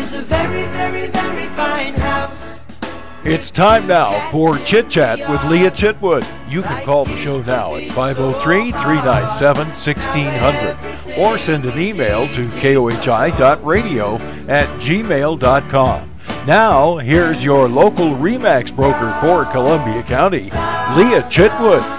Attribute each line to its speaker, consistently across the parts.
Speaker 1: very, very, very fine house.
Speaker 2: It's time now for Chit Chat with Leah Chitwood. You can call the show now at 503 397 1600 or send an email to kohi.radio at gmail.com. Now, here's your local REMAX broker for Columbia County, Leah Chitwood.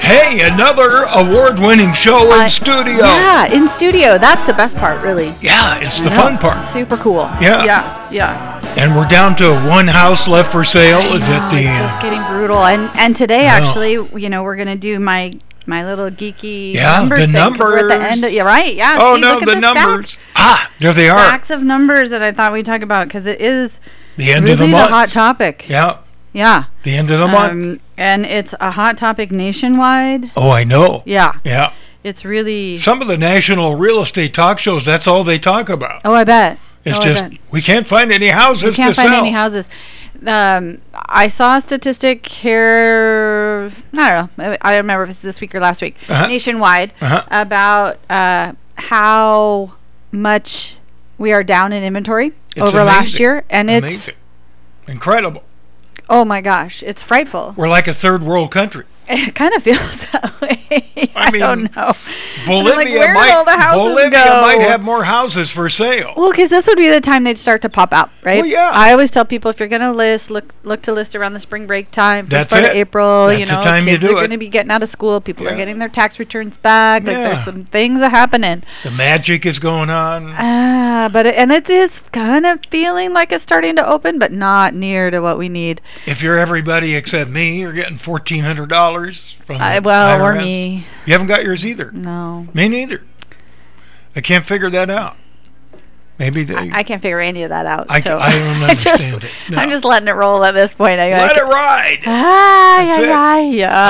Speaker 3: Hey, another award winning show in
Speaker 4: Uh,
Speaker 3: studio.
Speaker 4: Yeah, in studio. That's the best part, really.
Speaker 3: Yeah, it's the
Speaker 4: Yeah.
Speaker 3: fun part.
Speaker 4: Super cool.
Speaker 3: Yeah.
Speaker 4: Yeah. Yeah.
Speaker 3: And we're down to one house left for sale. Is
Speaker 4: Oh,
Speaker 3: it the.
Speaker 4: it's
Speaker 3: Uh,
Speaker 4: just getting brutal. And and today
Speaker 3: Yeah.
Speaker 4: actually, you know, we're gonna do my my little geeky
Speaker 3: Yeah,
Speaker 4: numbers
Speaker 3: the
Speaker 4: thing 'cause We're at the end. Of,
Speaker 3: numbers.
Speaker 4: yeah, right. Yeah.
Speaker 3: oh,
Speaker 4: see,
Speaker 3: no,
Speaker 4: look at
Speaker 3: the,
Speaker 4: the stack-
Speaker 3: numbers. Ah, there they are.
Speaker 4: Stacks of numbers that I thought we'd talk about because it is
Speaker 3: the end
Speaker 4: really
Speaker 3: of the
Speaker 4: the,
Speaker 3: month.
Speaker 4: hot topic.
Speaker 3: yeah,
Speaker 4: Yeah.
Speaker 3: the end of the month.
Speaker 4: Um, and it's a hot topic nationwide.
Speaker 3: Oh, I know.
Speaker 4: Yeah.
Speaker 3: Yeah.
Speaker 4: It's really.
Speaker 3: Some of the national real estate talk shows, that's all they talk about.
Speaker 4: Oh, I bet.
Speaker 3: It's
Speaker 4: Oh, I
Speaker 3: just,
Speaker 4: bet.
Speaker 3: we can't find any houses
Speaker 4: You can't
Speaker 3: to
Speaker 4: find
Speaker 3: sell.
Speaker 4: any houses. Um, I saw a statistic here. I don't know. I don't remember if it's this week or last week,
Speaker 3: Uh-huh.
Speaker 4: nationwide,
Speaker 3: Uh-huh.
Speaker 4: about uh, how much we are down in inventory
Speaker 3: It's
Speaker 4: over last
Speaker 3: amazing.
Speaker 4: year, and it's
Speaker 3: Amazing. Incredible.
Speaker 4: oh my gosh, it's frightful.
Speaker 3: We're like a third world country.
Speaker 4: It kind of feels that way. I,
Speaker 3: mean,
Speaker 4: don't know.
Speaker 3: Bolivia
Speaker 4: where did
Speaker 3: might
Speaker 4: all the houses
Speaker 3: Bolivia
Speaker 4: go?
Speaker 3: might have more houses for sale.
Speaker 4: Well, because this would be the time they'd start to pop out, right?
Speaker 3: Well, yeah.
Speaker 4: I always tell people if you're going to list, look look to list around the spring break time,
Speaker 3: That's
Speaker 4: first part
Speaker 3: it.
Speaker 4: of April. you
Speaker 3: That's
Speaker 4: know,
Speaker 3: the time you
Speaker 4: kids
Speaker 3: do
Speaker 4: are
Speaker 3: it.
Speaker 4: going to be getting out of school. People
Speaker 3: Yeah.
Speaker 4: are getting their tax returns back. Like
Speaker 3: Yeah.
Speaker 4: there's some things are happening.
Speaker 3: The magic is going on.
Speaker 4: Ah, but it, and it is kind of feeling like it's starting to open, but not near to what we need.
Speaker 3: if you're everybody except me, you're getting fourteen hundred dollars from
Speaker 4: I,
Speaker 3: the
Speaker 4: well, or
Speaker 3: IRS.
Speaker 4: me,
Speaker 3: You haven't got yours either.
Speaker 4: no,
Speaker 3: Me neither. I can't figure that out. Maybe they.
Speaker 4: I can't figure any of that out.
Speaker 3: I c-
Speaker 4: so
Speaker 3: I don't
Speaker 4: I just-
Speaker 3: understand it. No.
Speaker 4: I'm just letting it roll at this point. I,
Speaker 3: Let
Speaker 4: I,
Speaker 3: it ride.
Speaker 4: Ah,
Speaker 3: That's
Speaker 4: yeah,
Speaker 3: it.
Speaker 4: yeah,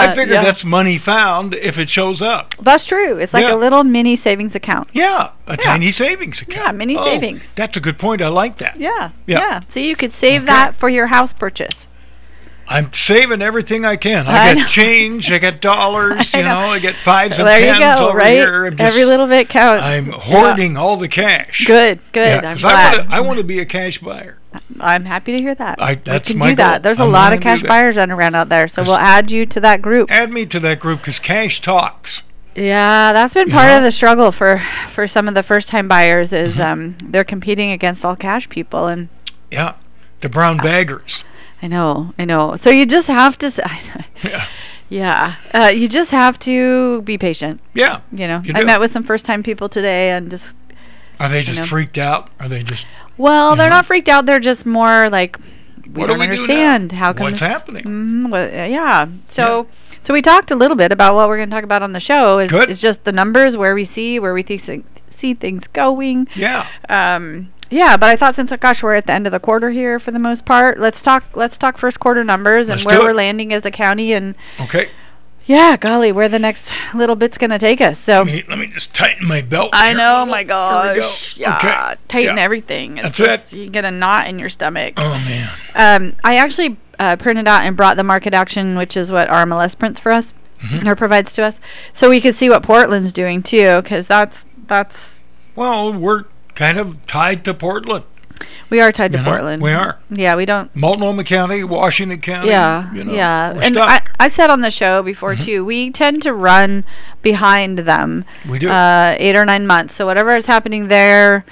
Speaker 4: yeah.
Speaker 3: I figure
Speaker 4: yeah.
Speaker 3: that's money found if it shows up.
Speaker 4: That's true. It's like
Speaker 3: Yeah.
Speaker 4: a little mini savings account.
Speaker 3: Yeah, a tiny savings account.
Speaker 4: Yeah, mini
Speaker 3: Oh,
Speaker 4: savings.
Speaker 3: That's a good point. I like that.
Speaker 4: Yeah.
Speaker 3: Yeah.
Speaker 4: Yeah. So you could save that for your house purchase.
Speaker 3: I'm saving everything I can. I,
Speaker 4: I
Speaker 3: got
Speaker 4: know.
Speaker 3: change. I got dollars.
Speaker 4: I
Speaker 3: you know.
Speaker 4: know.
Speaker 3: I got fives
Speaker 4: So
Speaker 3: and
Speaker 4: there you
Speaker 3: tens
Speaker 4: go,
Speaker 3: over
Speaker 4: right?
Speaker 3: here. I'm just,
Speaker 4: Every little bit counts.
Speaker 3: I'm
Speaker 4: Yeah.
Speaker 3: hoarding all the cash.
Speaker 4: Good, good.
Speaker 3: Yeah,
Speaker 4: I'm
Speaker 3: 'cause I
Speaker 4: glad.
Speaker 3: want to. I want to be a cash buyer.
Speaker 4: I'm happy to hear that.
Speaker 3: I-
Speaker 4: We
Speaker 3: that's
Speaker 4: can
Speaker 3: my
Speaker 4: do
Speaker 3: goal.
Speaker 4: that. There's a
Speaker 3: I'm willing
Speaker 4: lot of
Speaker 3: to
Speaker 4: cash
Speaker 3: do that. Eh.
Speaker 4: buyers running around out there, so we'll add you to that group.
Speaker 3: Add me to that group because cash talks.
Speaker 4: Yeah, that's been part
Speaker 3: know?
Speaker 4: of the struggle for for some of the first time buyers is
Speaker 3: Mm-hmm.
Speaker 4: um, they're competing against all cash people and
Speaker 3: Yeah, the brown baggers.
Speaker 4: I know, I know. So you just have to s-
Speaker 3: Yeah,
Speaker 4: Yeah. Uh, you just have to be patient,
Speaker 3: yeah.
Speaker 4: you know.
Speaker 3: You
Speaker 4: I
Speaker 3: do.
Speaker 4: met with some first time people today and just
Speaker 3: Are they just
Speaker 4: know.
Speaker 3: freaked out? Are they just
Speaker 4: Well, they're
Speaker 3: know?
Speaker 4: not freaked out. They're just more like we
Speaker 3: What do
Speaker 4: don't
Speaker 3: we do now?
Speaker 4: understand how come
Speaker 3: what's
Speaker 4: this-
Speaker 3: happening?
Speaker 4: Mhm, what- uh, yeah. So so we talked a little bit about what we're going to talk about on the show. Is,
Speaker 3: Good.
Speaker 4: is just the numbers where we see where we thi- si- see things going.
Speaker 3: Yeah,
Speaker 4: Um, yeah, but I thought since uh, gosh we're at the end of the quarter here for the most part, let's talk let's talk first quarter numbers
Speaker 3: Let's
Speaker 4: and where
Speaker 3: do
Speaker 4: we're
Speaker 3: it.
Speaker 4: landing as a county and
Speaker 3: okay.
Speaker 4: yeah, golly, where the next little bit's going to take us. So
Speaker 3: Let me, let me just tighten my belt.
Speaker 4: I
Speaker 3: here.
Speaker 4: know, my
Speaker 3: Here we go.
Speaker 4: gosh. Yeah.
Speaker 3: Okay.
Speaker 4: Tighten
Speaker 3: Yeah.
Speaker 4: everything. It's
Speaker 3: That's
Speaker 4: just, You get a knot in your stomach.
Speaker 3: Oh man.
Speaker 4: Um, I actually uh, printed out and brought the market action, which is what RMLS prints for us
Speaker 3: Mm-hmm.
Speaker 4: or provides to us, so we could see what Portland's doing too, because that's that's
Speaker 3: Well, we're kind of tied to Portland.
Speaker 4: we are tied to
Speaker 3: You know,
Speaker 4: Portland.
Speaker 3: we are.
Speaker 4: Yeah, we don't.
Speaker 3: Multnomah County, Washington County.
Speaker 4: Yeah,
Speaker 3: you know,
Speaker 4: yeah.
Speaker 3: We're
Speaker 4: and
Speaker 3: stuck. Mm-hmm.
Speaker 4: I, I've said on the show before too, we tend to run behind them.
Speaker 3: We do.
Speaker 4: Uh, eight or nine months. So whatever is happening there,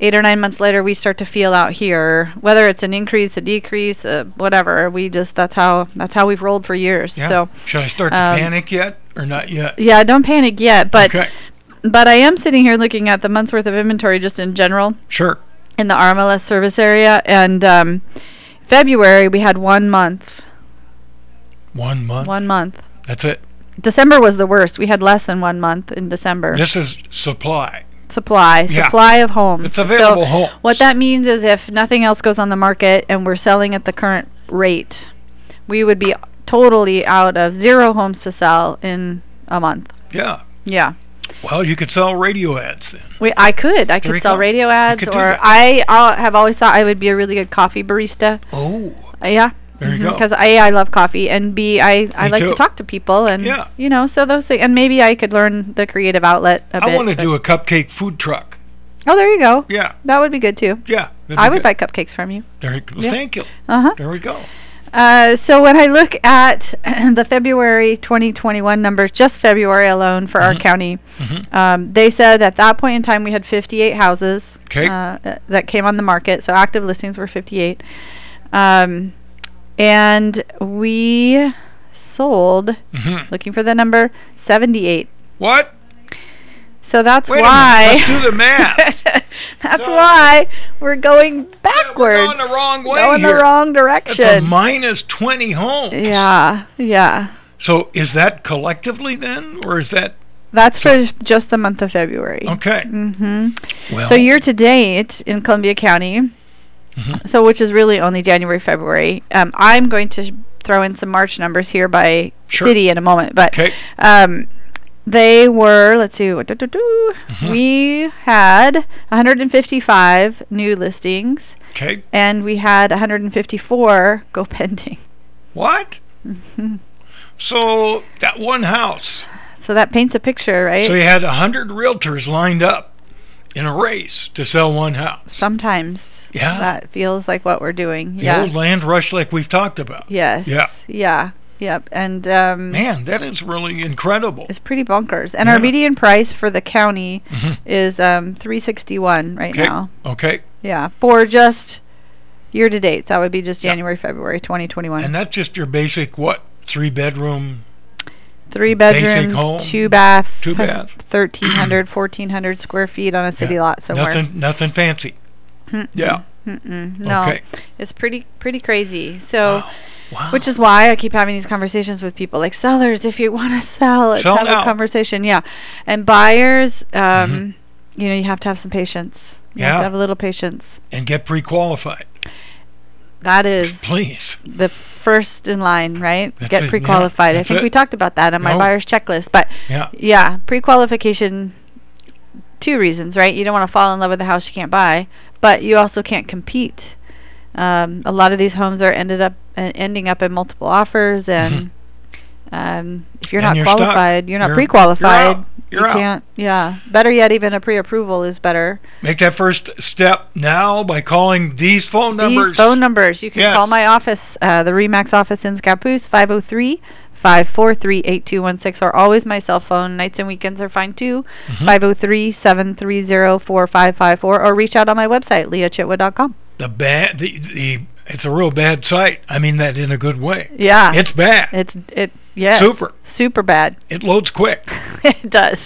Speaker 4: eight or nine months later, we start to feel out here. Whether it's an increase, a decrease, uh, whatever, we just that's how that's how we've rolled for years.
Speaker 3: yeah.
Speaker 4: So
Speaker 3: should I start to
Speaker 4: um,
Speaker 3: panic yet or not yet?
Speaker 4: yeah, don't panic yet. But
Speaker 3: okay,
Speaker 4: but I am sitting here looking at the month's worth of inventory just in general
Speaker 3: sure.
Speaker 4: in the RMLS service area, and um, February we had one month.
Speaker 3: One month.
Speaker 4: One month.
Speaker 3: That's it.
Speaker 4: December was the worst. We had less than one month in December.
Speaker 3: This is supply.
Speaker 4: Supply,
Speaker 3: Yeah.
Speaker 4: supply of homes.
Speaker 3: It's available
Speaker 4: so
Speaker 3: homes.
Speaker 4: What that means is if nothing else goes on the market and we're selling at the current rate, we would be totally out of zero homes to sell in a month.
Speaker 3: Yeah.
Speaker 4: Yeah.
Speaker 3: Well, you could sell radio ads then.
Speaker 4: We, I could. I
Speaker 3: you
Speaker 4: could sell
Speaker 3: go.
Speaker 4: radio ads,
Speaker 3: could do
Speaker 4: or
Speaker 3: that.
Speaker 4: I uh, have always thought I would be a really good coffee barista.
Speaker 3: Oh,
Speaker 4: Uh, yeah.
Speaker 3: there you go.
Speaker 4: Because A, I love coffee, and B, I, I
Speaker 3: Me
Speaker 4: like
Speaker 3: too.
Speaker 4: to talk to people, and
Speaker 3: Yeah.
Speaker 4: you know, so those things, and maybe I could learn the creative outlet a
Speaker 3: I
Speaker 4: bit.
Speaker 3: want to
Speaker 4: but-
Speaker 3: do a cupcake food truck.
Speaker 4: Oh, there you go.
Speaker 3: Yeah,
Speaker 4: That would be good too.
Speaker 3: yeah. That'd be
Speaker 4: I would
Speaker 3: good.
Speaker 4: buy cupcakes from you.
Speaker 3: There, you go. Thank you.
Speaker 4: Uh huh.
Speaker 3: There we go.
Speaker 4: Uh, so when I look at the February 2021 numbers, just February alone for
Speaker 3: Mm-hmm.
Speaker 4: our county, um, they said at that point in time we had 58 houses
Speaker 3: 'Kay.
Speaker 4: uh, th- that came on the market. So active listings were 58, um, and we sold,
Speaker 3: Mhm.
Speaker 4: looking for the number, 78.
Speaker 3: What?
Speaker 4: So that's
Speaker 3: Wait
Speaker 4: why.
Speaker 3: a minute. Let's do the math.
Speaker 4: that's
Speaker 3: So-
Speaker 4: why we're going backwards.
Speaker 3: going the wrong way
Speaker 4: Going the
Speaker 3: here.
Speaker 4: wrong
Speaker 3: That's a
Speaker 4: direction.
Speaker 3: minus 20 homes.
Speaker 4: yeah, yeah.
Speaker 3: So is that collectively then, or is that
Speaker 4: That's for just the month of February.
Speaker 3: okay?
Speaker 4: hmm
Speaker 3: Well,
Speaker 4: So year to date in Columbia County,
Speaker 3: Mm-hmm.
Speaker 4: so which is really only January, February. Um, I'm going to sh- throw in some March numbers here by
Speaker 3: Sure.
Speaker 4: city in a moment, but
Speaker 3: okay.
Speaker 4: um, they were let's see, what do, do, do.
Speaker 3: Mm-hmm.
Speaker 4: we had 155 new listings
Speaker 3: Okay.
Speaker 4: and we had 154 go pending.
Speaker 3: What?
Speaker 4: Mm-hmm.
Speaker 3: So that one house.
Speaker 4: So that paints a picture, right?
Speaker 3: So you had a hundred realtors lined up in a race to sell one house.
Speaker 4: Sometimes
Speaker 3: Yeah.
Speaker 4: that feels like what we're doing.
Speaker 3: the
Speaker 4: yeah.
Speaker 3: old land rush, like we've talked about.
Speaker 4: Yes.
Speaker 3: Yeah.
Speaker 4: Yeah. Yep. And um,
Speaker 3: Man, that is really incredible.
Speaker 4: it's pretty bonkers. And our
Speaker 3: Yeah.
Speaker 4: median price for the county is um, three sixty one right
Speaker 3: Okay.
Speaker 4: now.
Speaker 3: Mm-hmm. Okay.
Speaker 4: Yeah. For just year to date, that would be just January, February, twenty twenty
Speaker 3: And
Speaker 4: one.
Speaker 3: that's just your basic what three bedroom.
Speaker 4: Three
Speaker 3: basic
Speaker 4: bedroom,
Speaker 3: home,
Speaker 4: two bath,
Speaker 3: two bath.
Speaker 4: 1,300, 1,400 square feet on a city lot somewhere. Hmm.
Speaker 3: Nothing. Nothing fancy. Yeah.
Speaker 4: Mm-mm, no,
Speaker 3: Okay.
Speaker 4: it's pretty pretty crazy. So.
Speaker 3: Wow. Wow.
Speaker 4: Which is why I keep having these conversations with people like sellers, if you want to sell, let's
Speaker 3: Sell
Speaker 4: have
Speaker 3: now.
Speaker 4: a conversation. Yeah. And buyers, um, you know, you have to have some patience. You have
Speaker 3: Mm-hmm. Yeah.
Speaker 4: to have a little patience.
Speaker 3: and get pre-qualified,
Speaker 4: That is
Speaker 3: please.
Speaker 4: the first in line, right?
Speaker 3: That's it, yeah.
Speaker 4: Get pre qualified. I
Speaker 3: That's
Speaker 4: think we
Speaker 3: it.
Speaker 4: talked about that on my
Speaker 3: No.
Speaker 4: buyer's checklist. But
Speaker 3: Yeah.
Speaker 4: yeah, pre qualification, two reasons, right? You don't want to fall in love with a house you can't buy, but you also can't compete. Um, a lot of these homes are ended up uh, ending up in multiple offers, and um, if you're
Speaker 3: Mm-hmm. And
Speaker 4: not
Speaker 3: you're stuck.
Speaker 4: qualified, you're not
Speaker 3: You're-
Speaker 4: pre-qualified.
Speaker 3: you're out. You're
Speaker 4: you
Speaker 3: out.
Speaker 4: can't. Yeah. Better yet, even a pre-approval is better.
Speaker 3: Make that first step now by calling these phone numbers.
Speaker 4: These phone numbers. You can
Speaker 3: Yes.
Speaker 4: call my office, uh, the Remax office in Scappoose, 503 543 8216, or always my cell phone. Nights and weekends are fine too,
Speaker 3: Mm-hmm.
Speaker 4: 503 730 4554, or reach out on my website, leahchitwood.com.
Speaker 3: the bad, the, the it's a real bad site. I mean that in a good way.
Speaker 4: Yeah.
Speaker 3: It's bad.
Speaker 4: it's, it, yes.
Speaker 3: Super.
Speaker 4: Super bad.
Speaker 3: It loads quick.
Speaker 4: it does.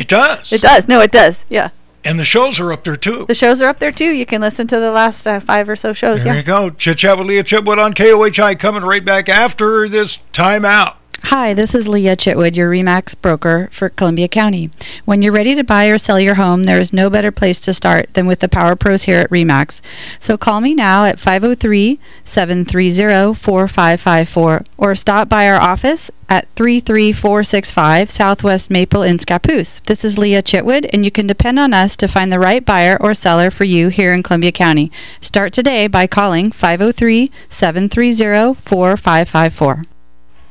Speaker 3: It does.
Speaker 4: It does. No, it does. Yeah.
Speaker 3: And the shows are up there too.
Speaker 4: The shows are up there too. You can listen to the last uh, five or so shows.
Speaker 3: There
Speaker 4: yeah.
Speaker 3: you go. Chit chat with Leah Chipwood on KOHI coming right back after this timeout.
Speaker 5: Hi, this is Leah Chitwood, your REMAX broker for Columbia County. When you're ready to buy or sell your home, there is no better place to start than with the Power Pros here at REMAX. So call me now at 503 730 4554 or stop by our office at 33465 Southwest Maple in Scappoose. This is Leah Chitwood, and you can depend on us to find the right buyer or seller for you here in Columbia County. Start today by calling 503 730 4554.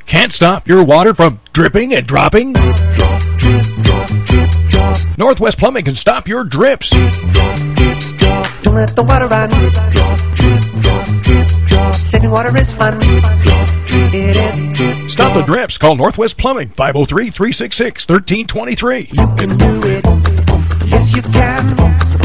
Speaker 2: Can't stop your water from dripping and dropping? Northwest Plumbing can stop your drips.
Speaker 1: Don't let the water run. Saving water is fun. It is.
Speaker 2: Stop the drips. Call Northwest Plumbing 503 366 1323.
Speaker 1: You can do it. Yes, you can.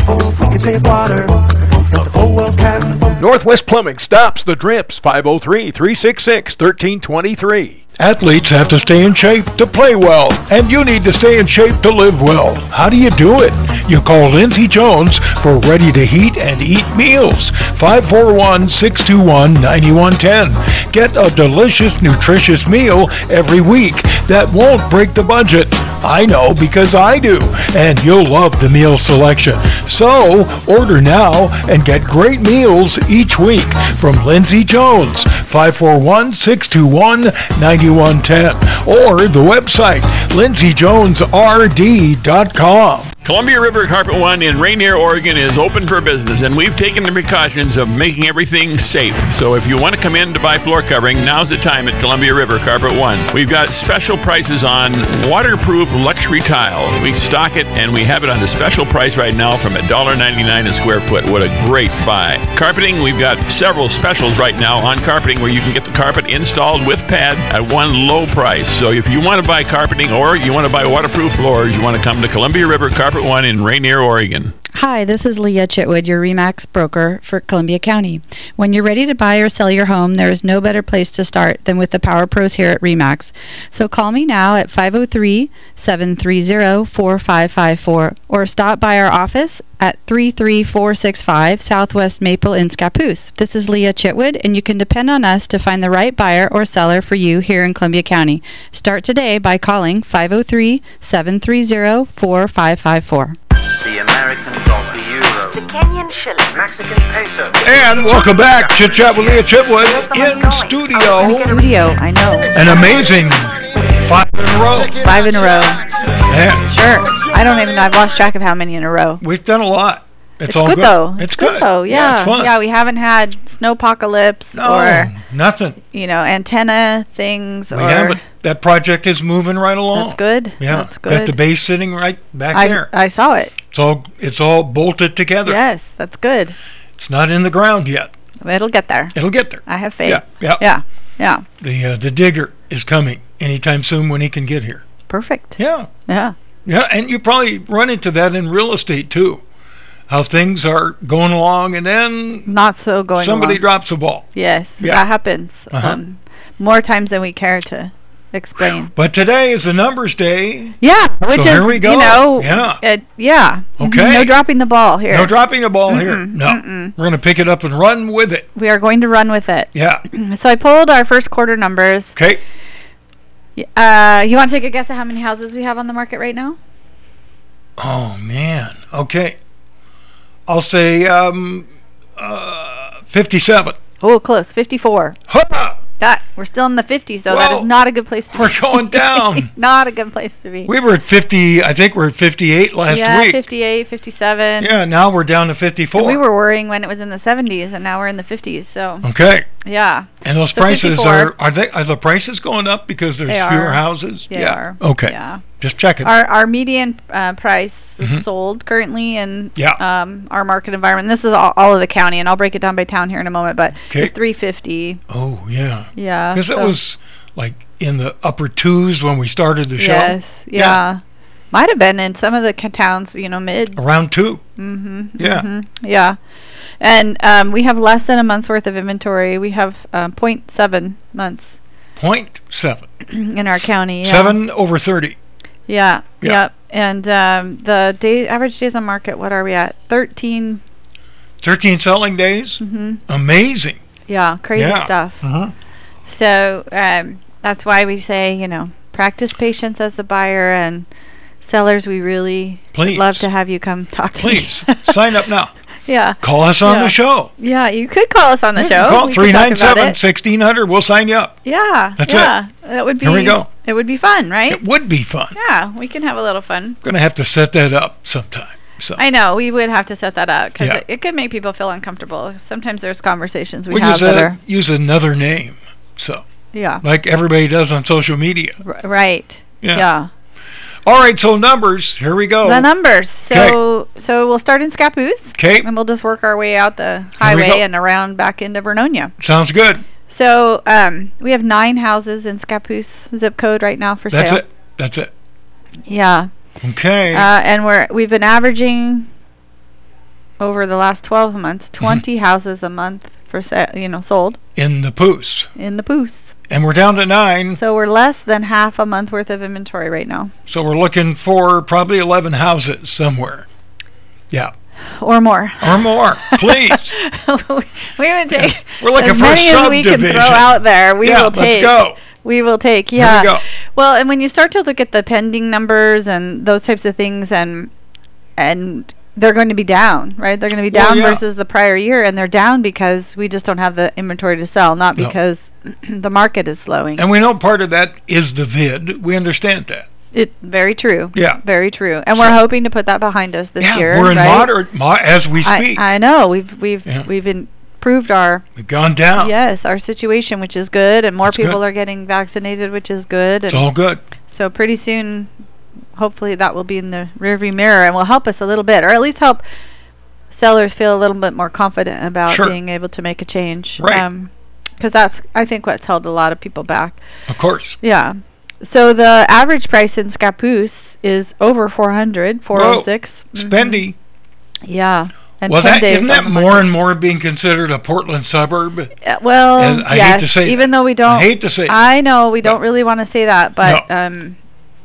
Speaker 1: Oh, if we can save water, the whole world can.
Speaker 2: Northwest Plumbing stops the drips 503 366 1323.
Speaker 3: Athletes have to stay in shape to play well, and you need to stay in shape to live well. How do you do it? You call Lindsey Jones for ready to heat and eat meals. 541 621 9110. Get a delicious, nutritious meal every week that won't break the budget. I know because I do, and you'll love the meal selection. So, order now and get great meals each week from Lindsey Jones, 541 621 9110, or the website lindseyjonesrd.com.
Speaker 6: Columbia River Carpet One in Rainier, Oregon is open for business, and we've taken the precautions of making everything safe. So if you want to come in to buy floor covering, now's the time at Columbia River Carpet One. We've got special prices on waterproof luxury tile. We stock it, and we have it on a special price right now from $1.99 a square foot. What a great buy. Carpeting, we've got several specials right now on carpeting where you can get the carpet installed with pad at one low price. So if you want to buy carpeting or you want to buy waterproof floors, you want to come to Columbia River Carpet One in Rainier, Oregon.
Speaker 5: Hi, this is Leah Chitwood, your REMAX broker for Columbia County. When you're ready to buy or sell your home, there is no better place to start than with the Power Pros here at REMAX. So call me now at 503 730 4554 or stop by our office at 33465 Southwest Maple in Scappoose. This is Leah Chitwood, and you can depend on us to find the right buyer or seller for you here in Columbia County. Start today by calling 503 730 4554.
Speaker 7: The American dollar. The euro.
Speaker 8: The Kenyan shilling.
Speaker 7: Mexican peso.
Speaker 3: And welcome back to Chat with Leah Chitwood in studio.
Speaker 4: Studio, I know.
Speaker 3: An amazing five in a row.
Speaker 4: Five in a row.
Speaker 3: Yeah,
Speaker 4: Sure. I don't even know. I've lost track of how many in a row.
Speaker 3: we've done a lot. It's,
Speaker 4: It's
Speaker 3: all
Speaker 4: good, though.
Speaker 3: It's good.
Speaker 4: though. Yeah.
Speaker 3: it's fun.
Speaker 4: we haven't had snowpocalypse
Speaker 3: no,
Speaker 4: or
Speaker 3: nothing.
Speaker 4: you know antenna things
Speaker 3: We
Speaker 4: or
Speaker 3: haven't. That project is moving right along.
Speaker 4: that's good.
Speaker 3: Yeah,
Speaker 4: that's
Speaker 3: got
Speaker 4: good.
Speaker 3: the base sitting right back
Speaker 4: I
Speaker 3: there.
Speaker 4: I saw it.
Speaker 3: It's all it's all bolted together.
Speaker 4: Yes, that's good.
Speaker 3: It's not in the ground yet.
Speaker 4: It'll get there.
Speaker 3: It'll get there.
Speaker 4: I have faith.
Speaker 3: Yeah, yeah.
Speaker 4: Yeah. Yeah.
Speaker 3: The uh, the digger is coming anytime soon when he can get here.
Speaker 4: Perfect.
Speaker 3: Yeah,
Speaker 4: Yeah.
Speaker 3: yeah, and you probably run into that in real estate too, how things are going along, and then
Speaker 4: Not so going.
Speaker 3: somebody
Speaker 4: along.
Speaker 3: drops a ball.
Speaker 4: Yes,
Speaker 3: Yeah.
Speaker 4: that happens.
Speaker 3: Uh-huh.
Speaker 4: Um, more times than we care to explain.
Speaker 3: But today is the numbers day.
Speaker 4: Yeah, which
Speaker 3: So
Speaker 4: is
Speaker 3: here we go.
Speaker 4: you know
Speaker 3: Yeah.
Speaker 4: it, yeah.
Speaker 3: Okay.
Speaker 4: No dropping the ball here.
Speaker 3: No dropping the ball here. No, we're gonna pick it up and run with it.
Speaker 4: we are going to run with it.
Speaker 3: Yeah.
Speaker 4: So I pulled our first quarter numbers.
Speaker 3: Okay.
Speaker 4: Uh, you want to take a guess at how many houses we have on the market right now?
Speaker 3: Oh man. Okay. I'll say um, uh, fifty-seven.
Speaker 4: Oh, close, 54.
Speaker 3: Huh!
Speaker 4: That we're still in the 50s though. that
Speaker 3: Well,
Speaker 4: is not a good place to
Speaker 3: We're
Speaker 4: be.
Speaker 3: going down.
Speaker 4: not a good place to be.
Speaker 3: we were at fifty. I think we're at fifty-eight last
Speaker 4: yeah,
Speaker 3: week.
Speaker 4: 58, 57.
Speaker 3: Yeah. Now we're down to fifty-four.
Speaker 4: We were worrying when it was in the 70s, and now we're in the 50s. So
Speaker 3: Okay.
Speaker 4: yeah,
Speaker 3: And those
Speaker 4: So
Speaker 3: prices
Speaker 4: 54.
Speaker 3: are are they are the prices going up because there's
Speaker 4: They are.
Speaker 3: fewer houses?
Speaker 4: they
Speaker 3: yeah.
Speaker 4: are.
Speaker 3: Okay.
Speaker 4: Yeah.
Speaker 3: Just checking.
Speaker 4: our our median uh, price is sold currently in
Speaker 3: Mm-hmm. Yeah.
Speaker 4: um, our market environment. This is all, all of the county, and I'll break it down by town here in a moment. But
Speaker 3: 'Kay.
Speaker 4: it's three fifty.
Speaker 3: oh yeah.
Speaker 4: Yeah,
Speaker 3: Because it
Speaker 4: so-
Speaker 3: was like in the upper twos when we started the show.
Speaker 4: yes, yeah. Might have been in some of the ca- towns, you know, mid,
Speaker 3: Around 2 Mm-hmm. Yeah.
Speaker 4: yeah, and um, we have less than a month's worth of inventory. We have um, 0.7 months
Speaker 3: Point seven.
Speaker 4: in our county. Yeah.
Speaker 3: Seven over thirty.
Speaker 4: Yeah.
Speaker 3: Yeah.
Speaker 4: Yep. And um, the day average days on market. What are we at? Thirteen.
Speaker 3: Thirteen selling days. Amazing.
Speaker 4: Yeah. Mm-hmm. Crazy
Speaker 3: Yeah.
Speaker 4: stuff.
Speaker 3: Mhm.
Speaker 4: So um, that's why we say you know practice patience as the buyer and sellers. We really would
Speaker 3: Please.
Speaker 4: love to have you come talk to
Speaker 3: Please
Speaker 4: me.
Speaker 3: sign up now.
Speaker 4: yeah.
Speaker 3: Call us on
Speaker 4: Yeah.
Speaker 3: the show.
Speaker 4: Yeah. You could call us on the show.
Speaker 3: Call
Speaker 4: We could talk about
Speaker 3: 397
Speaker 4: it.
Speaker 3: 1600. We'll sign you up.
Speaker 4: Yeah.
Speaker 3: That's it.
Speaker 4: yeah. That would be.
Speaker 3: Here we go.
Speaker 4: It would be fun, right?
Speaker 3: It would be fun.
Speaker 4: Yeah. We can have a little fun.
Speaker 3: going to have to set that up sometime. So
Speaker 4: I know we would have to set that up because
Speaker 3: Yeah.
Speaker 4: it, it could make people feel uncomfortable. Sometimes there's conversations we,
Speaker 3: we
Speaker 4: have
Speaker 3: use,
Speaker 4: that
Speaker 3: a-
Speaker 4: are
Speaker 3: use another name. So,
Speaker 4: yeah
Speaker 3: like everybody does on social media.
Speaker 4: r- right
Speaker 3: Yeah. Oh.
Speaker 4: yeah.
Speaker 3: All right, so numbers. Here we go.
Speaker 4: The numbers. So so we'll start in Scappoose
Speaker 3: Okay,
Speaker 4: and we'll just work our way out the
Speaker 3: Here we go.
Speaker 4: highway and around back into Vernonia.
Speaker 3: sounds good.
Speaker 4: So um, we have nine houses in Scappoose zip code right now for
Speaker 3: That's
Speaker 4: sale.
Speaker 3: it. That's it.
Speaker 4: Yeah,
Speaker 3: Okay.
Speaker 4: uh, and we're we've been averaging over the last 12 months 20
Speaker 3: Mm-hmm.
Speaker 4: houses a month for sale, you know, sold
Speaker 3: In the poos.
Speaker 4: in the Poos.
Speaker 3: And we're down to nine,
Speaker 4: So we're less than half a month worth of inventory right now,
Speaker 3: so we're looking for probably 11 houses somewhere. Yeah.
Speaker 4: or more.
Speaker 3: Or more, please.
Speaker 4: we would take
Speaker 3: We're looking
Speaker 4: as
Speaker 3: for a
Speaker 4: many as we can
Speaker 3: subdivision.
Speaker 4: throw out there. We
Speaker 3: yeah,
Speaker 4: will
Speaker 3: let's
Speaker 4: take.
Speaker 3: go.
Speaker 4: We will take.
Speaker 3: we
Speaker 4: Yeah.
Speaker 3: go.
Speaker 4: Well, and when you start to look at the pending numbers and those types of things, and and they're going to be down, right? They're going to be
Speaker 3: Well,
Speaker 4: down
Speaker 3: yeah.
Speaker 4: versus the prior year, and they're down because we just don't have the inventory to sell, not
Speaker 3: No.
Speaker 4: because the market is slowing.
Speaker 3: And we know part of that is the vid. We understand that.
Speaker 4: It very true.
Speaker 3: Yeah.
Speaker 4: very true. And we're hoping to put that behind us this
Speaker 3: yeah,
Speaker 4: year.
Speaker 3: we're in
Speaker 4: right?
Speaker 3: moderate mo- as we
Speaker 4: I,
Speaker 3: speak.
Speaker 4: I know we've we've
Speaker 3: Yeah.
Speaker 4: we've improved our
Speaker 3: We've gone down.
Speaker 4: yes our situation, which is good, and more
Speaker 3: That's
Speaker 4: people
Speaker 3: good.
Speaker 4: are getting vaccinated, which is good. And
Speaker 3: It's all good.
Speaker 4: so pretty soon, hopefully, that will be in the rearview mirror and will help us a little bit, or at least help sellers feel a little bit more confident about
Speaker 3: Sure.
Speaker 4: being able to make a change.
Speaker 3: Right.
Speaker 4: because that's I think what's held a lot of people back.
Speaker 3: Of course.
Speaker 4: Yeah. So the average price in Scappoose is over 400, 406.
Speaker 3: Spendy.
Speaker 4: Mm-hmm. Yeah. And
Speaker 3: well,
Speaker 4: 10
Speaker 3: that
Speaker 4: days
Speaker 3: isn't that
Speaker 4: on the
Speaker 3: more and more being considered a Portland suburb?
Speaker 4: Uh, well,
Speaker 3: And I hate
Speaker 4: yes,
Speaker 3: to say
Speaker 4: even
Speaker 3: that.
Speaker 4: though we don't,
Speaker 3: I hate to say it.
Speaker 4: I know we don't really want to say that, but
Speaker 3: No.
Speaker 4: um,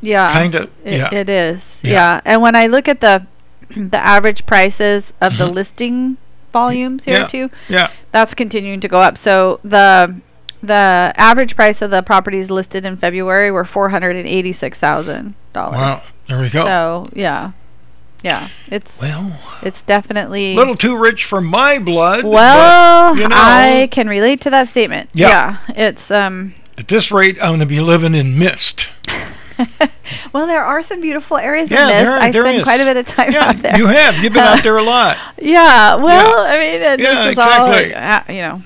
Speaker 4: yeah,
Speaker 3: Kind of.
Speaker 4: it,
Speaker 3: Yeah.
Speaker 4: it is,
Speaker 3: Yeah.
Speaker 4: yeah. And when I look at the the average prices of the listing volumes here
Speaker 3: Mm-hmm. Yeah.
Speaker 4: too,
Speaker 3: yeah.
Speaker 4: that's continuing to go up. So the the average price of the properties listed in February were four hundred and eighty six thousand dollars.
Speaker 3: Wow. There we go.
Speaker 4: So yeah, yeah, it's
Speaker 3: Well,
Speaker 4: it's definitely
Speaker 3: a little too rich for my blood.
Speaker 4: well,
Speaker 3: but, you know,
Speaker 4: I can relate to that statement.
Speaker 3: Yeah.
Speaker 4: yeah, it's um.
Speaker 3: at this rate, I'm going to be living in mist.
Speaker 4: Well, there are some beautiful areas
Speaker 3: Yeah,
Speaker 4: in Mist.
Speaker 3: there-
Speaker 4: I
Speaker 3: there
Speaker 4: spend
Speaker 3: is.
Speaker 4: quite a bit of time
Speaker 3: Yeah,
Speaker 4: out there.
Speaker 3: you have. You've been out there a lot.
Speaker 4: yeah. Well, I mean, uh,
Speaker 3: Yeah,
Speaker 4: this is all
Speaker 3: exactly.
Speaker 4: like, uh, you know.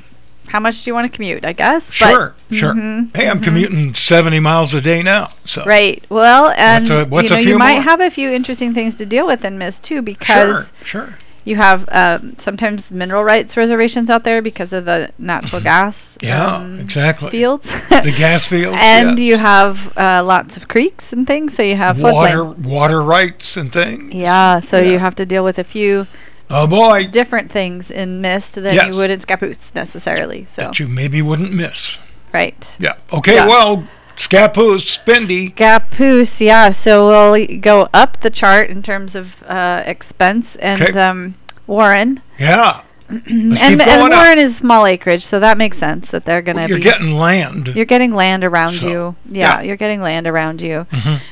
Speaker 4: How much do you want to commute? I guess. but- mm-hmm,
Speaker 3: Sure, sure. hey, I'm commuting 70 miles a day now. So
Speaker 4: right. Well, and
Speaker 3: a- what's a
Speaker 4: you know,
Speaker 3: few
Speaker 4: you might
Speaker 3: more?
Speaker 4: have a few interesting things to deal with in Mist too, because
Speaker 3: sure, sure.
Speaker 4: you have um, sometimes mineral rights reservations out there because of the natural gas.
Speaker 3: Yeah,
Speaker 4: um,
Speaker 3: exactly.
Speaker 4: Fields.
Speaker 3: The gas fields.
Speaker 4: And
Speaker 3: yes.
Speaker 4: you have uh, lots of creeks and things, so you have
Speaker 3: water,
Speaker 4: floodplain.
Speaker 3: water rights and things.
Speaker 4: Yeah, so
Speaker 3: Yeah.
Speaker 4: you have to deal with a few
Speaker 3: Oh boy,
Speaker 4: different things in Mist than
Speaker 3: Yes.
Speaker 4: you would in Scappoose necessarily. So
Speaker 3: that you maybe wouldn't miss.
Speaker 4: right.
Speaker 3: Yeah. Okay.
Speaker 4: Yeah.
Speaker 3: Well, Scappoose, Spendy.
Speaker 4: Scappoose, yeah. So we'll go up the chart in terms of uh, expense and
Speaker 3: 'Kay.
Speaker 4: um, Warren.
Speaker 3: Yeah. Let's
Speaker 4: And,
Speaker 3: keep
Speaker 4: and
Speaker 3: going
Speaker 4: Warren
Speaker 3: up.
Speaker 4: is small acreage, so that makes sense that they're gonna
Speaker 3: You're
Speaker 4: be
Speaker 3: getting land.
Speaker 4: you're getting land around
Speaker 3: So,
Speaker 4: you.
Speaker 3: yeah. Mm-hmm.
Speaker 4: Yeah, you're getting land around you.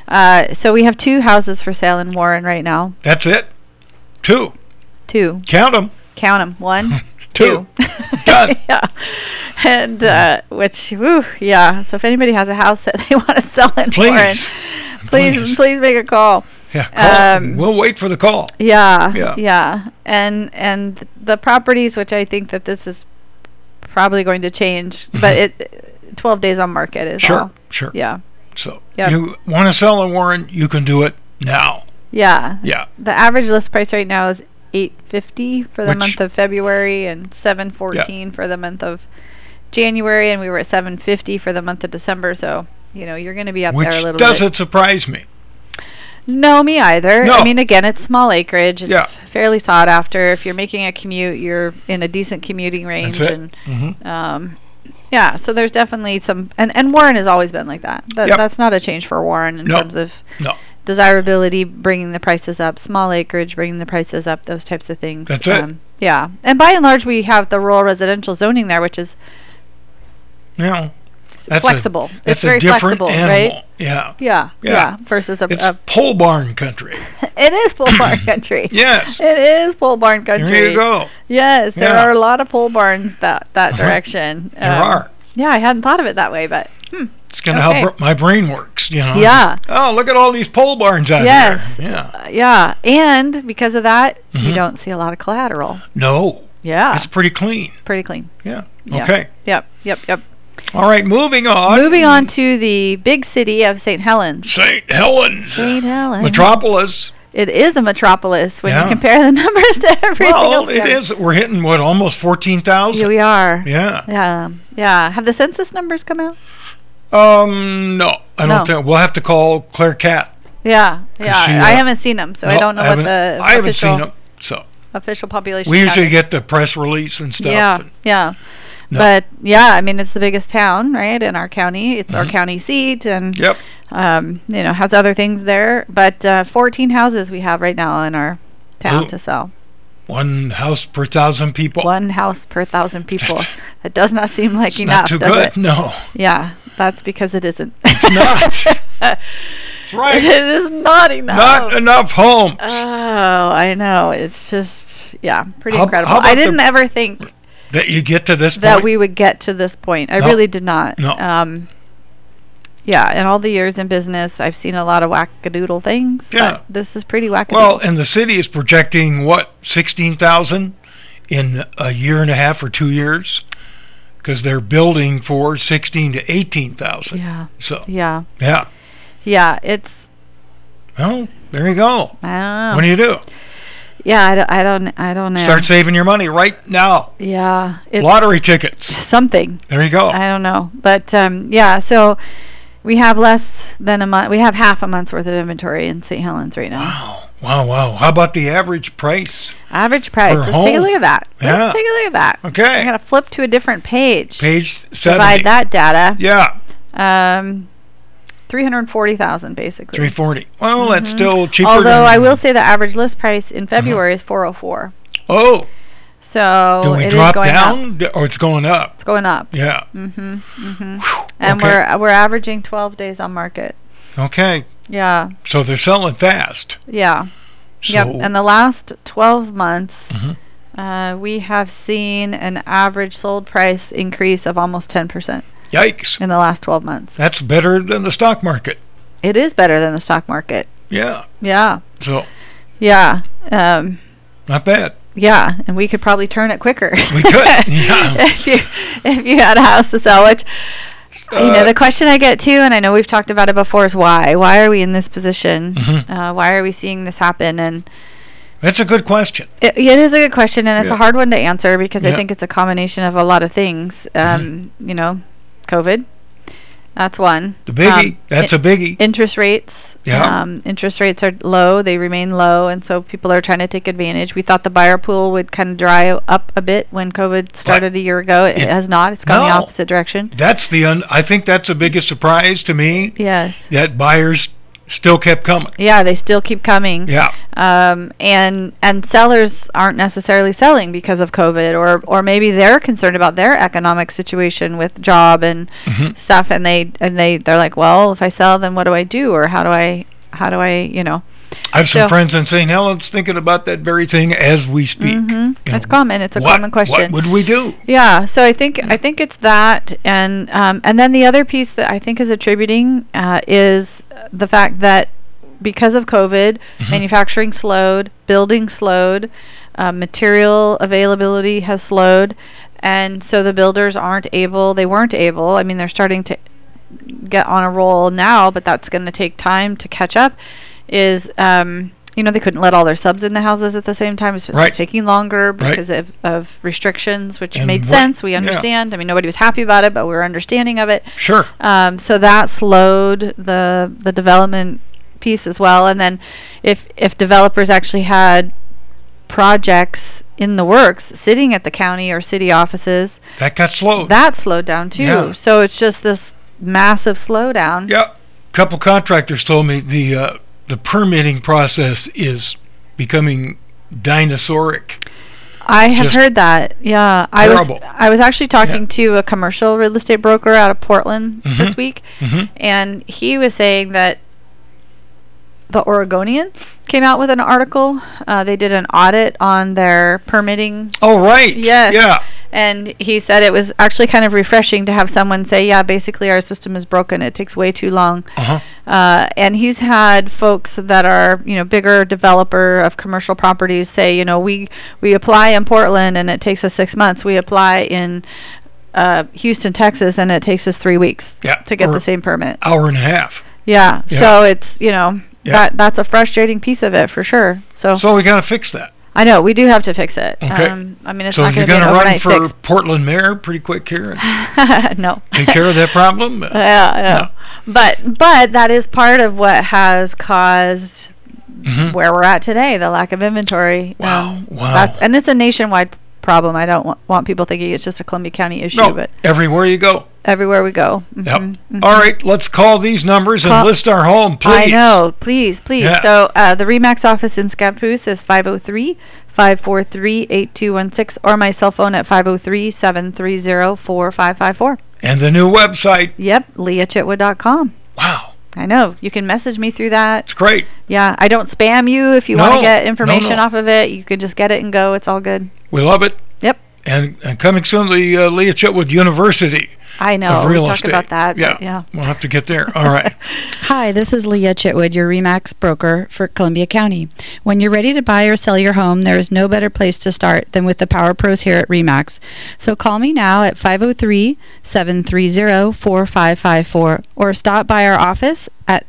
Speaker 4: Uh, so we have two houses for sale in Warren right now.
Speaker 3: That's it. Two.
Speaker 4: Two.
Speaker 3: Count them.
Speaker 4: Count them. One,
Speaker 3: Two. Done.
Speaker 4: yeah. And uh, which, whew, yeah. So if anybody has a house that they want to sell in Warren,
Speaker 3: Please.
Speaker 4: please,
Speaker 3: Please.
Speaker 4: please, make a call.
Speaker 3: Yeah. Call.
Speaker 4: Um,
Speaker 3: we'll wait for the call.
Speaker 4: Yeah,
Speaker 3: Yeah.
Speaker 4: yeah, And and the properties, which I think that this is probably going to change, but it, twelve days on market is
Speaker 3: Mm-hmm. Sure.
Speaker 4: all.
Speaker 3: Sure.
Speaker 4: Yeah,
Speaker 3: So
Speaker 4: Yeah.
Speaker 3: you want to sell a Warren? You can do it now.
Speaker 4: yeah.
Speaker 3: Yeah.
Speaker 4: The average list price right now is eight fifty for the
Speaker 3: Which-
Speaker 4: month of February and seven fourteen for the month of January, and we were at seven fifty for the month of December. So you know you're going to be up
Speaker 3: Which
Speaker 4: there a little bit.
Speaker 3: doesn't surprise me.
Speaker 4: No, me either.
Speaker 3: No.
Speaker 4: I mean, again, it's small acreage. It's
Speaker 3: Yeah.
Speaker 4: fairly sought after. If you're making a commute, you're in a decent commuting range.
Speaker 3: it. Mm-hmm.
Speaker 4: And um, yeah, so there's definitely some. And, and Warren has always been like that. that
Speaker 3: Yep.
Speaker 4: That's not a change for Warren in
Speaker 3: No.
Speaker 4: terms of
Speaker 3: No.
Speaker 4: desirability, bringing the prices up, small acreage, bringing the prices up, those types of things. Um,
Speaker 3: That's it.
Speaker 4: Yeah. And by and large, we have the rural residential zoning there, which is
Speaker 3: No. That's a-
Speaker 4: flexible.
Speaker 3: That's
Speaker 4: it's very
Speaker 3: a different
Speaker 4: flexible,
Speaker 3: animal.
Speaker 4: right? Uh,
Speaker 3: Yeah.
Speaker 4: Yeah,
Speaker 3: Yeah.
Speaker 4: yeah, Versus a,
Speaker 3: It's
Speaker 4: a
Speaker 3: pole barn country.
Speaker 4: it is pole barn country.
Speaker 3: Yes.
Speaker 4: It is pole barn country.
Speaker 3: There you go.
Speaker 4: Yes, there
Speaker 3: Yeah. Uh-huh.
Speaker 4: are a lot of pole barns that that direction.
Speaker 3: There
Speaker 4: Um,
Speaker 3: are.
Speaker 4: Yeah, I hadn't thought of it that way, but
Speaker 3: It's kind of
Speaker 4: Okay.
Speaker 3: how br- my brain works, you know.
Speaker 4: Yeah.
Speaker 3: Oh, look at all these pole barns out
Speaker 4: Yes.
Speaker 3: there. Yeah.
Speaker 4: uh, yeah. And because of that, you don't see a lot of collateral.
Speaker 3: No.
Speaker 4: Yeah,
Speaker 3: Mm-hmm. It's pretty clean.
Speaker 4: pretty clean.
Speaker 3: Yeah.
Speaker 4: Uh. Yeah.
Speaker 3: Okay.
Speaker 4: Yep, yep, yep.
Speaker 3: All right. Moving on.
Speaker 4: Moving on to the big city of St. Helens.
Speaker 3: St. Helens.
Speaker 4: St. Helens.
Speaker 3: Metropolis.
Speaker 4: it is a metropolis when
Speaker 3: Yeah.
Speaker 4: you compare the numbers to everything
Speaker 3: Well,
Speaker 4: else.
Speaker 3: it
Speaker 4: together.
Speaker 3: is. We're hitting what almost fourteen
Speaker 4: Yeah,
Speaker 3: thousand.
Speaker 4: we are.
Speaker 3: Yeah.
Speaker 4: Yeah, yeah. Have the census numbers come out?
Speaker 3: Um. No, I
Speaker 4: No.
Speaker 3: don't think we'll have to call Claire Cat.
Speaker 4: Yeah, yeah.
Speaker 3: she,
Speaker 4: I
Speaker 3: uh,
Speaker 4: haven't seen them, so I
Speaker 3: No,
Speaker 4: don't know what
Speaker 3: haven't-
Speaker 4: the
Speaker 3: I haven't
Speaker 4: official
Speaker 3: seen them. So
Speaker 4: official population.
Speaker 3: we
Speaker 4: count
Speaker 3: usually
Speaker 4: is.
Speaker 3: get the press release and stuff.
Speaker 4: Yeah,
Speaker 3: and-
Speaker 4: yeah.
Speaker 3: No.
Speaker 4: But yeah, I mean, it's the biggest town, right, in our county. It's our county seat, and
Speaker 3: Mm-hmm. Yep.
Speaker 4: um, you know, has other things there. But uh, 14 houses we have right now in our town
Speaker 3: Ooh.
Speaker 4: to sell.
Speaker 3: One house per thousand people.
Speaker 4: One house per thousand people.
Speaker 3: That's-
Speaker 4: that does not seem like
Speaker 3: It's
Speaker 4: enough,
Speaker 3: not too
Speaker 4: does
Speaker 3: good.
Speaker 4: it?
Speaker 3: No.
Speaker 4: Yeah, that's because it isn't.
Speaker 3: It's not. That's
Speaker 4: it
Speaker 3: right.
Speaker 4: is not enough.
Speaker 3: Not enough homes.
Speaker 4: Oh, I know. It's just yeah, pretty
Speaker 3: How-
Speaker 4: incredible.
Speaker 3: how about
Speaker 4: I
Speaker 3: the-
Speaker 4: didn't ever think
Speaker 3: that you get to this
Speaker 4: that
Speaker 3: point.
Speaker 4: we would get to this point. I
Speaker 3: No.
Speaker 4: really did not.
Speaker 3: No.
Speaker 4: Um, yeah, in all the years in business, I've seen a lot of wackadoodle things. but
Speaker 3: Yeah.
Speaker 4: this is pretty wackadoodle.
Speaker 3: Well, and the city is projecting what sixteen thousand in a year and a half or two years, because they're building for sixteen to eighteen thousand.
Speaker 4: yeah,
Speaker 3: So
Speaker 4: yeah,
Speaker 3: yeah.
Speaker 4: yeah. It's
Speaker 3: Well, there you go.
Speaker 4: I
Speaker 3: What
Speaker 4: don't
Speaker 3: do
Speaker 4: know.
Speaker 3: you do?
Speaker 4: Yeah, I don't, I don't, I don't know.
Speaker 3: Start saving your money right now.
Speaker 4: yeah, it's
Speaker 3: Lottery tickets.
Speaker 4: something.
Speaker 3: There you go.
Speaker 4: I don't know, but um, yeah. So we have less than a month. We have half a month's worth of inventory in St. Helens right now.
Speaker 3: Wow, wow. How about the average price?
Speaker 4: Average price.
Speaker 3: Per
Speaker 4: Let's take a
Speaker 3: home.
Speaker 4: look at that.
Speaker 3: Yeah.
Speaker 4: Let's take a look at that.
Speaker 3: Okay.
Speaker 4: I'm gonna flip to a different page.
Speaker 3: Page seventy.
Speaker 4: Divide that data.
Speaker 3: Yeah,
Speaker 4: Um, three hundred forty thousand basically.
Speaker 3: three forty. Well, that's still cheaper.
Speaker 4: Mm-hmm. Although
Speaker 3: than-
Speaker 4: I will say the average list price in
Speaker 3: Uh-huh.
Speaker 4: February is four hundred four.
Speaker 3: Oh,
Speaker 4: So
Speaker 3: do we
Speaker 4: Oh, it is
Speaker 3: drop
Speaker 4: going up.
Speaker 3: down? Or it's going up?
Speaker 4: It's going up,
Speaker 3: Yeah.
Speaker 4: and
Speaker 3: Okay.
Speaker 4: we're we're averaging twelve days on market.
Speaker 3: Okay.
Speaker 4: Yeah,
Speaker 3: So they're selling fast.
Speaker 4: yeah.
Speaker 3: So Mm-hmm.
Speaker 4: Yep. And the last 12 months, uh, we have seen an average sold price increase of almost 10%
Speaker 3: yikes.
Speaker 4: in the last 12 months.
Speaker 3: That's better than the stock market.
Speaker 4: It is better than the stock market.
Speaker 3: Yeah.
Speaker 4: Yeah.
Speaker 3: So
Speaker 4: Yeah. Um,
Speaker 3: not bad.
Speaker 4: yeah. And we could probably turn it quicker.
Speaker 3: We could. yeah.
Speaker 4: if you if you had a house to sell, which you know
Speaker 3: Uh,
Speaker 4: the question I get too, and I know we've talked about it before, is why? Why are we in this position?
Speaker 3: Mm-hmm.
Speaker 4: Uh, why are we seeing this happen? And
Speaker 3: That's a good question.
Speaker 4: It, it is a good question, and it's
Speaker 3: Yeah.
Speaker 4: a hard one to answer because
Speaker 3: Yeah. Mm-hmm.
Speaker 4: I think it's a combination of a lot of things. Um, You know, COVID, that's one.
Speaker 3: The biggie.
Speaker 4: Um,
Speaker 3: that's a
Speaker 4: in-
Speaker 3: biggie.
Speaker 4: interest rates.
Speaker 3: Yeah.
Speaker 4: Um, interest rates are low; they remain low, and so people are trying to take advantage. We thought the buyer pool would kind of dry up a bit when COVID started a year ago. It,
Speaker 3: it-
Speaker 4: has not. It's gone
Speaker 3: no.
Speaker 4: the opposite direction.
Speaker 3: that's the un- I think that's the biggest surprise to me
Speaker 4: Yes.
Speaker 3: that buyers still kept coming.
Speaker 4: Yeah, they still keep coming.
Speaker 3: Yeah.
Speaker 4: um, and and sellers aren't necessarily selling because of COVID, or or maybe they're concerned about their economic situation with job and
Speaker 3: Mm-hmm.
Speaker 4: stuff, and they and they they're like, well, if I sell, then what do I do, or how do I how do I you know
Speaker 3: I have some
Speaker 4: So-
Speaker 3: friends in St. Helens thinking about that very thing as we speak.
Speaker 4: it's common, it's Mm-hmm. a
Speaker 3: What-
Speaker 4: common question.
Speaker 3: What would we do?
Speaker 4: Yeah, so I think I think it's that, and um, and then the other piece that I think is attributing uh, is the fact that because of COVID,
Speaker 3: Mm-hmm.
Speaker 4: manufacturing slowed, building slowed, uh, material availability has slowed, and so the builders aren't able. They weren't able. I mean, they're starting to get on a roll now, but that's going to take time to catch up. Is um, you know they couldn't let all their subs in the houses at the same time. It's just
Speaker 3: Right.
Speaker 4: taking longer because of, of restrictions, which
Speaker 3: And
Speaker 4: made
Speaker 3: what-
Speaker 4: sense. We
Speaker 3: yeah.
Speaker 4: understand. I mean, nobody was happy about it, but we were understanding of it.
Speaker 3: Sure.
Speaker 4: Um, so that slowed the the development piece as well. And then, if if developers actually had projects in the works sitting at the county or city offices,
Speaker 3: That got slowed.
Speaker 4: that slowed down too.
Speaker 3: Yeah.
Speaker 4: So it's just this massive slowdown.
Speaker 3: yeah. Couple contractors told me the uh, the permitting process is becoming dinosauric.
Speaker 4: I have
Speaker 3: Just
Speaker 4: heard that. Yeah, I was
Speaker 3: terrible.
Speaker 4: I was actually talking to a commercial real estate broker out of Portland
Speaker 3: Mm-hmm.
Speaker 4: this week, and he was saying that the Oregonian came out with an article. Uh, they did an audit on their permitting
Speaker 3: Oh right.
Speaker 4: Yes.
Speaker 3: Yeah.
Speaker 4: and he said it was actually kind of refreshing to have someone say, "Yeah, basically our system is broken. It takes way too long."
Speaker 3: Uh-huh.
Speaker 4: Uh, and he's had folks that are, you know, bigger developer of commercial properties say, "You know, we we apply in Portland and it takes us six months. We apply in uh, Houston, Texas, and it takes us three weeks
Speaker 3: Yeah,
Speaker 4: to get
Speaker 3: or-
Speaker 4: the same permit."
Speaker 3: Hour and a half.
Speaker 4: Yeah.
Speaker 3: Yeah.
Speaker 4: So it's you know
Speaker 3: Yeah.
Speaker 4: that that's a frustrating piece of it for sure. So,
Speaker 3: So we got to fix that.
Speaker 4: I know we do have to fix it.
Speaker 3: Okay.
Speaker 4: Um, I mean, it's
Speaker 3: so
Speaker 4: not
Speaker 3: you're
Speaker 4: going to be an
Speaker 3: gonna run
Speaker 4: overnight
Speaker 3: for Portland mayor pretty quick here and
Speaker 4: fix. no.
Speaker 3: take care of that problem. Uh,
Speaker 4: yeah, yeah. But but that is part of what has caused where we're at today, the lack of inventory.
Speaker 3: Mm-hmm. Wow, wow.
Speaker 4: that's- and it's a nationwide problem. I don't wa- want people thinking it's just a Columbia County issue,
Speaker 3: no,
Speaker 4: but
Speaker 3: everywhere you go.
Speaker 4: everywhere we go. Mm-hmm.
Speaker 3: Yep. All right, let's call these numbers and
Speaker 4: Call-
Speaker 3: list our home, please.
Speaker 4: I know. Please, please.
Speaker 3: Yeah.
Speaker 4: So uh, the Remax office in Scappoose is 503 543 8216 or my cell phone at 503 730 4554.
Speaker 3: And the new website.
Speaker 4: Yep, leahchitwood.com.
Speaker 3: Wow,
Speaker 4: I know. You can message me through that.
Speaker 3: it's great.
Speaker 4: Yeah, I don't spam you if you want
Speaker 3: No,
Speaker 4: to get
Speaker 3: no,
Speaker 4: information
Speaker 3: no.
Speaker 4: off of it. You could just get it and go. It's all good.
Speaker 3: We love it.
Speaker 4: Yep.
Speaker 3: And, and coming soon, the uh, Leah Chetwood University
Speaker 4: I know.
Speaker 3: of
Speaker 4: we
Speaker 3: real
Speaker 4: Oh, talk
Speaker 3: estate.
Speaker 4: about that. but Yeah.
Speaker 3: We'll have to get there. All right.
Speaker 5: Hi, this is Leah Chitwood, your REMAX broker for Columbia County. When you're ready to buy or sell your home, there is no better place to start than with the Power Pros here at REMAX. So call me now at 503 730 4554 or stop by our office at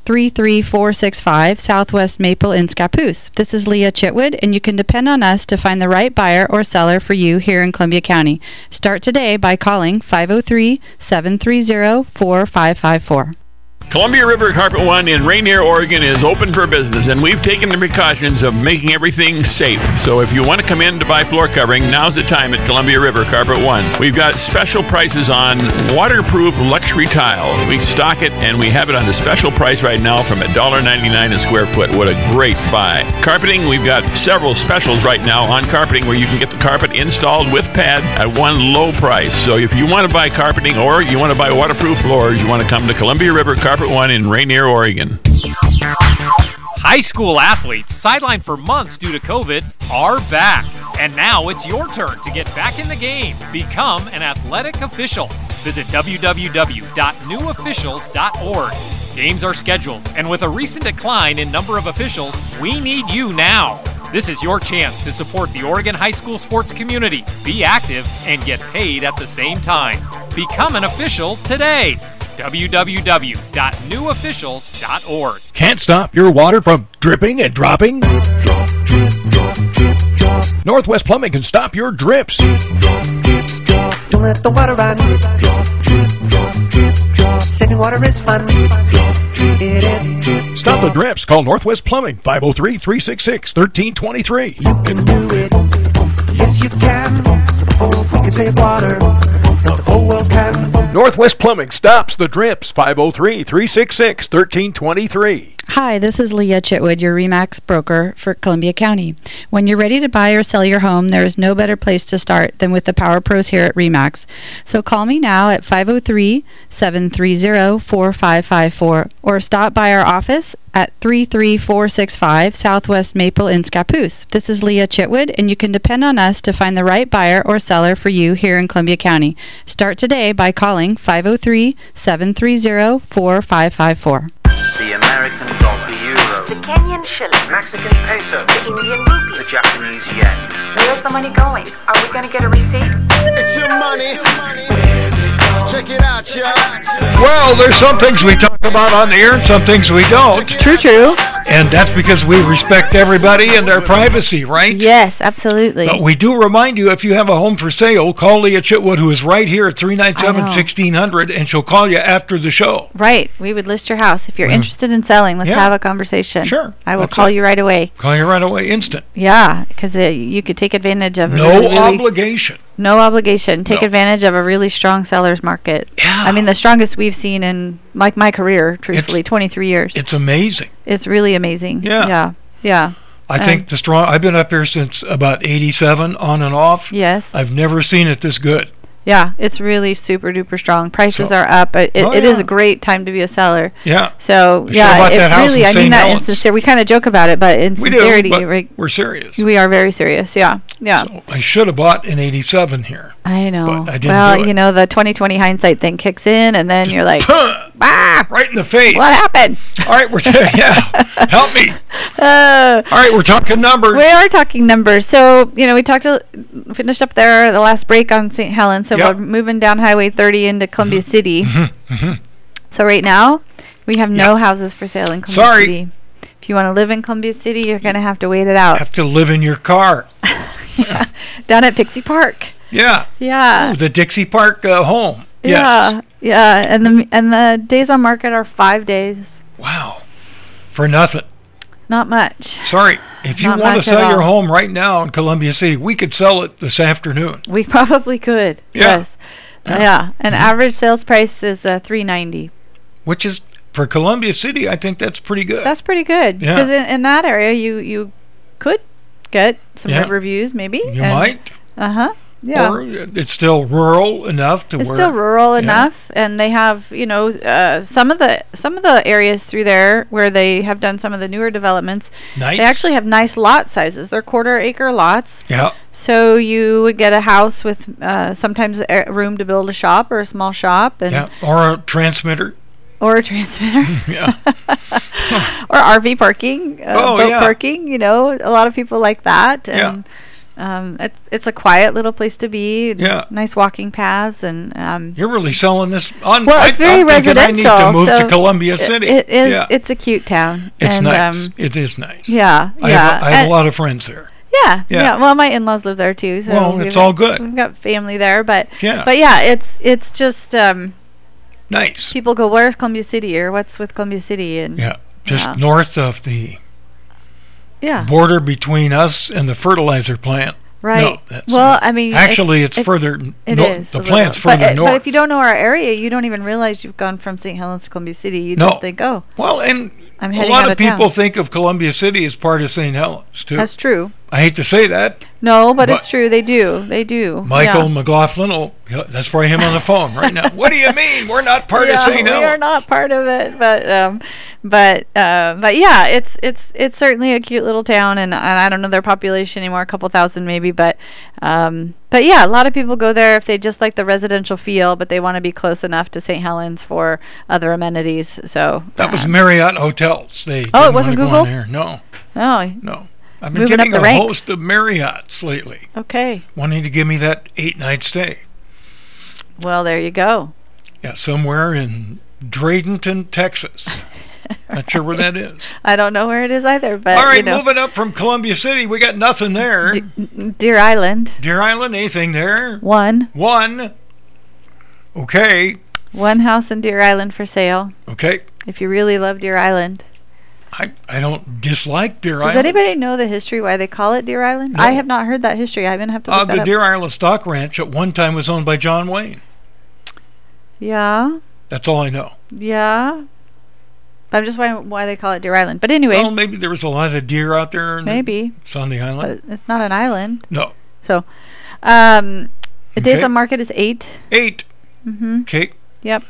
Speaker 5: 33465 Southwest Maple in Scappoose. This is Leah Chitwood, and you can depend on us to find the right buyer or seller for you here in Columbia County. Start today by calling 503 730 4554.
Speaker 6: Columbia River Carpet One in Rainier, Oregon is open for business, and we've taken the precautions of making everything safe. So if you want to come in to buy floor covering, now's the time at Columbia River Carpet One. We've got special prices on waterproof luxury tile. We stock it, and we have it on the special price right now from $1.99 a square foot. What a great buy. Carpeting, we've got several specials right now on carpeting where you can get the carpet installed with pad at one low price. So if you want to buy carpeting or you want to buy waterproof floors, you want to come to Columbia River Carpet One in Rainier, Oregon.
Speaker 8: High school athletes, sidelined for months due to COVID, are back. And now it's your turn to get back in the game. Become an athletic official. Visit www.newofficials.org. Games are scheduled, and with a recent decline in number of officials, we need you now. This is your chance to support the Oregon high school sports community, be active, and get paid at the same time. Become an official today. www.newofficials.org.
Speaker 2: Can't stop your water from dripping and dropping? Northwest Plumbing can stop your drips.
Speaker 1: Don't let the water run. Saving water is fun. It is.
Speaker 2: Stop the drips. Call Northwest Plumbing 503 366 1323.
Speaker 1: You can do it. Yes, you can. We can save water. Now the whole world can.
Speaker 2: Northwest Plumbing stops the drips 503 366 1323.
Speaker 5: Hi, this is Leah Chitwood, your REMAX broker for Columbia County. When you're ready to buy or sell your home, there is no better place to start than with the Power Pros here at REMAX. So call me now at 503 730 4554 or stop by our office at 33465 Southwest Maple in Scappoose. This is Leah Chitwood, and you can depend on us to find the right buyer or seller for you here in Columbia County. Start today by calling 503 730 4554.
Speaker 7: The American dollar, the euro,
Speaker 9: The Kenyan shilling,
Speaker 7: Mexican peso,
Speaker 9: the Indian rupee.
Speaker 7: the Japanese yen.
Speaker 9: Where's the money going? Are we gonna get a receipt?
Speaker 10: It's your money. Check it out, y'all.
Speaker 3: Well, there's some things we talk about on the air, some things we don't.
Speaker 4: True, true.
Speaker 3: And that's because we respect everybody and their privacy, right?
Speaker 4: Yes, absolutely.
Speaker 3: But we do remind you if you have a home for sale, call Leah Chitwood, who is right here at 397 1600, and she'll call you after the show.
Speaker 4: Right. We would list your house. If you're interested in selling, let's
Speaker 3: Mm. Yeah.
Speaker 4: have a conversation.
Speaker 3: Sure.
Speaker 4: I will
Speaker 3: That's
Speaker 4: call
Speaker 3: it.
Speaker 4: you right away.
Speaker 3: Call you right away, instant.
Speaker 4: Yeah, because you could take advantage of a
Speaker 3: No
Speaker 4: really, really-
Speaker 3: obligation.
Speaker 4: no obligation. Take
Speaker 3: No.
Speaker 4: advantage of a really strong seller's market.
Speaker 3: Yeah.
Speaker 4: I mean, the strongest we've seen in like my career, truthfully,
Speaker 3: It's-
Speaker 4: 23 years.
Speaker 3: It's amazing.
Speaker 4: It's really amazing.
Speaker 3: Yeah.
Speaker 4: Yeah. Yeah.
Speaker 3: I
Speaker 4: Um,
Speaker 3: think the strong, I've been up here since about 87, on and off.
Speaker 4: Yes.
Speaker 3: I've never seen it this good.
Speaker 4: Yeah. It's really super duper strong. Prices
Speaker 3: So-
Speaker 4: are up. It, it,
Speaker 3: Oh,
Speaker 4: it is
Speaker 3: yeah.
Speaker 4: a great time to be a seller.
Speaker 3: Yeah.
Speaker 4: So
Speaker 3: I sure
Speaker 4: yeah,
Speaker 3: bought that
Speaker 4: it
Speaker 3: house
Speaker 4: really.
Speaker 3: in
Speaker 4: I mean
Speaker 3: St.
Speaker 4: that
Speaker 3: Helens.
Speaker 4: in sincere. We kind of joke about it, but in
Speaker 3: We
Speaker 4: sincerity,
Speaker 3: do. But
Speaker 4: we-
Speaker 3: we're serious.
Speaker 4: we are very serious. Yeah, yeah.
Speaker 3: So I should have bought an 87 here.
Speaker 4: I know.
Speaker 3: I didn't
Speaker 4: well,
Speaker 3: do it.
Speaker 4: you know, the 2020 hindsight thing kicks in, and then you're like, ah,
Speaker 3: Right in the face.
Speaker 4: what happened?
Speaker 3: All right, we're yeah. Help me.
Speaker 4: Uh,
Speaker 3: All right, we're talking numbers.
Speaker 4: we are talking numbers. So, you know, we talked, to, finished up there the last break on St. Helens. So
Speaker 3: Yep. Mm-hmm.
Speaker 4: we're moving down Highway 30 into Columbia City. So right now, we have no houses for sale in Columbia
Speaker 3: Sorry.
Speaker 4: City. If you want to live in Columbia City, you're going to have to wait it out.
Speaker 3: have to live in your car.
Speaker 4: Down at Pixie Park.
Speaker 3: Yeah.
Speaker 4: Yeah.
Speaker 3: The Dixie Park uh, home.
Speaker 4: Yeah. Yeah. And the and the days on market are five days.
Speaker 3: Wow. For nothing.
Speaker 4: Not much.
Speaker 3: Sorry. If you
Speaker 4: Not
Speaker 3: want to
Speaker 4: much at
Speaker 3: sell your
Speaker 4: all.
Speaker 3: home right now in Columbia City, we could sell it this afternoon.
Speaker 4: We probably could.
Speaker 3: Yeah.
Speaker 4: Yes. Yeah. An average sales price is uh, three ninety.
Speaker 3: Which is for Columbia City, I think that's pretty good.
Speaker 4: That's pretty good.
Speaker 3: Yeah.
Speaker 4: Because in, in that area, you you could get some
Speaker 3: Yeah.
Speaker 4: good reviews, maybe.
Speaker 3: you might.
Speaker 4: Uh huh. Yeah.
Speaker 3: Or it's still rural enough to
Speaker 4: It's
Speaker 3: where
Speaker 4: still rural
Speaker 3: yeah.
Speaker 4: enough, and they have you know uh, some of the some of the areas through there where they have done some of the newer developments.
Speaker 3: Nice.
Speaker 4: They actually have nice lot sizes. They're quarter acre lots,
Speaker 3: Yeah.
Speaker 4: so you would get a house with uh, sometimes a room to build a shop or a small shop, and
Speaker 3: Yeah. Or a transmitter.
Speaker 4: or a transmitter.
Speaker 3: Yeah.
Speaker 4: or RV parking, uh,
Speaker 3: Oh,
Speaker 4: boat
Speaker 3: yeah.
Speaker 4: parking. You know, a lot of people like that,
Speaker 3: Yeah.
Speaker 4: and um, it, it's a quiet little place to be. and
Speaker 3: Yeah.
Speaker 4: nice walking paths, and um,
Speaker 3: You're really selling this on
Speaker 4: well,
Speaker 3: I,
Speaker 4: it's very
Speaker 3: am thinking I need
Speaker 4: residential.
Speaker 3: to move
Speaker 4: so
Speaker 3: to Columbia
Speaker 4: it-
Speaker 3: City.
Speaker 4: it is.
Speaker 3: Yeah.
Speaker 4: It's a cute town.
Speaker 3: It's
Speaker 4: and,
Speaker 3: nice.
Speaker 4: Um,
Speaker 3: it is nice.
Speaker 4: yeah,
Speaker 3: I
Speaker 4: yeah,
Speaker 3: have, a- I have
Speaker 4: and-
Speaker 3: a lot of friends there.
Speaker 4: yeah,
Speaker 3: Yeah.
Speaker 4: yeah, Well, my in-laws live there too, so
Speaker 3: Well,
Speaker 4: we've
Speaker 3: it's all
Speaker 4: got-
Speaker 3: good.
Speaker 4: We've got family there, but
Speaker 3: Yeah.
Speaker 4: but yeah, it's it's just um,
Speaker 3: Nice.
Speaker 4: people go, "Where's Columbia City?" or "What's with Columbia City?" and
Speaker 3: Yeah. Just
Speaker 4: Yeah.
Speaker 3: north of the
Speaker 4: yeah,
Speaker 3: border between us and the fertilizer plant.
Speaker 4: right.
Speaker 3: that's
Speaker 4: well,
Speaker 3: not-
Speaker 4: I mean, it-
Speaker 3: Actually, it's
Speaker 4: it-
Speaker 3: further.
Speaker 4: It is
Speaker 3: nor- The
Speaker 4: a
Speaker 3: plant's
Speaker 4: little. But
Speaker 3: further
Speaker 4: it-
Speaker 3: north.
Speaker 4: But if you don't know our area, you don't even realize you've gone from St. Helens to Columbia City. You
Speaker 3: No.
Speaker 4: just think, "Oh,
Speaker 3: Well, and
Speaker 4: I'm
Speaker 3: a
Speaker 4: heading
Speaker 3: lot
Speaker 4: out
Speaker 3: of,
Speaker 4: of town."
Speaker 3: people think of Columbia City as part of St. Helens too.
Speaker 4: that's true."
Speaker 3: I hate to say that.
Speaker 4: No, but,
Speaker 3: But-
Speaker 4: it's true. They do. They do.
Speaker 3: Michael
Speaker 4: Yeah.
Speaker 3: McLaughlin. Oh, yeah, that's probably him on the phone right now. What do you mean? We're not part of
Speaker 4: Yeah,
Speaker 3: St. Helens.
Speaker 4: We are not part of it, but um, but uh, but yeah, it's it's it's certainly a cute little town, and, and I don't know their population anymore, a couple thousand maybe, but um, but yeah, a lot of people go there if they just like the residential feel, but they want to be close enough to St. Helens for other amenities. So
Speaker 3: That was
Speaker 4: um,
Speaker 3: Marriott Hotels. They
Speaker 4: Oh, it
Speaker 3: didn't
Speaker 4: wasn't
Speaker 3: wanna go in
Speaker 4: Google?
Speaker 3: there. No,
Speaker 4: oh
Speaker 3: no. I've been
Speaker 4: Moving up
Speaker 3: getting
Speaker 4: the
Speaker 3: a
Speaker 4: ranks.
Speaker 3: host of Marriotts lately,
Speaker 4: okay.
Speaker 3: wanting to give me that eight night stay.
Speaker 4: Well, there you go.
Speaker 3: Yeah, somewhere in Bradenton, Texas. Not sure where that is.
Speaker 4: I don't know where it is either, but
Speaker 3: All right,
Speaker 4: Uh, you know,
Speaker 3: moving up from Columbia City, we got nothing there.
Speaker 4: Deer Island,
Speaker 3: Deer Island, anything there?
Speaker 4: one
Speaker 3: One. Okay,
Speaker 4: one house in Deer Island for sale.
Speaker 3: okay.
Speaker 4: If you really love Deer Island.
Speaker 3: I, I don't dislike Deer
Speaker 4: Does
Speaker 3: Island.
Speaker 4: anybody know the history why they call it Deer Island? I
Speaker 3: No.
Speaker 4: have not heard that history. I'm gonna have to look
Speaker 3: Uh,
Speaker 4: that
Speaker 3: the
Speaker 4: up.
Speaker 3: Deer Island Stock Ranch at one time was owned by John Wayne.
Speaker 4: yeah,
Speaker 3: That's all I know.
Speaker 4: yeah. I'm just wondering why they call it Deer Island. But anyway,
Speaker 3: Well, maybe there was a lot of deer out there. in the-
Speaker 4: maybe,
Speaker 3: It's on the island.
Speaker 4: but it's not an island.
Speaker 3: no,
Speaker 4: So, um, the days
Speaker 3: Okay.
Speaker 4: on market is eight.
Speaker 3: 8
Speaker 4: Mhm.
Speaker 3: Okay,
Speaker 4: Yep,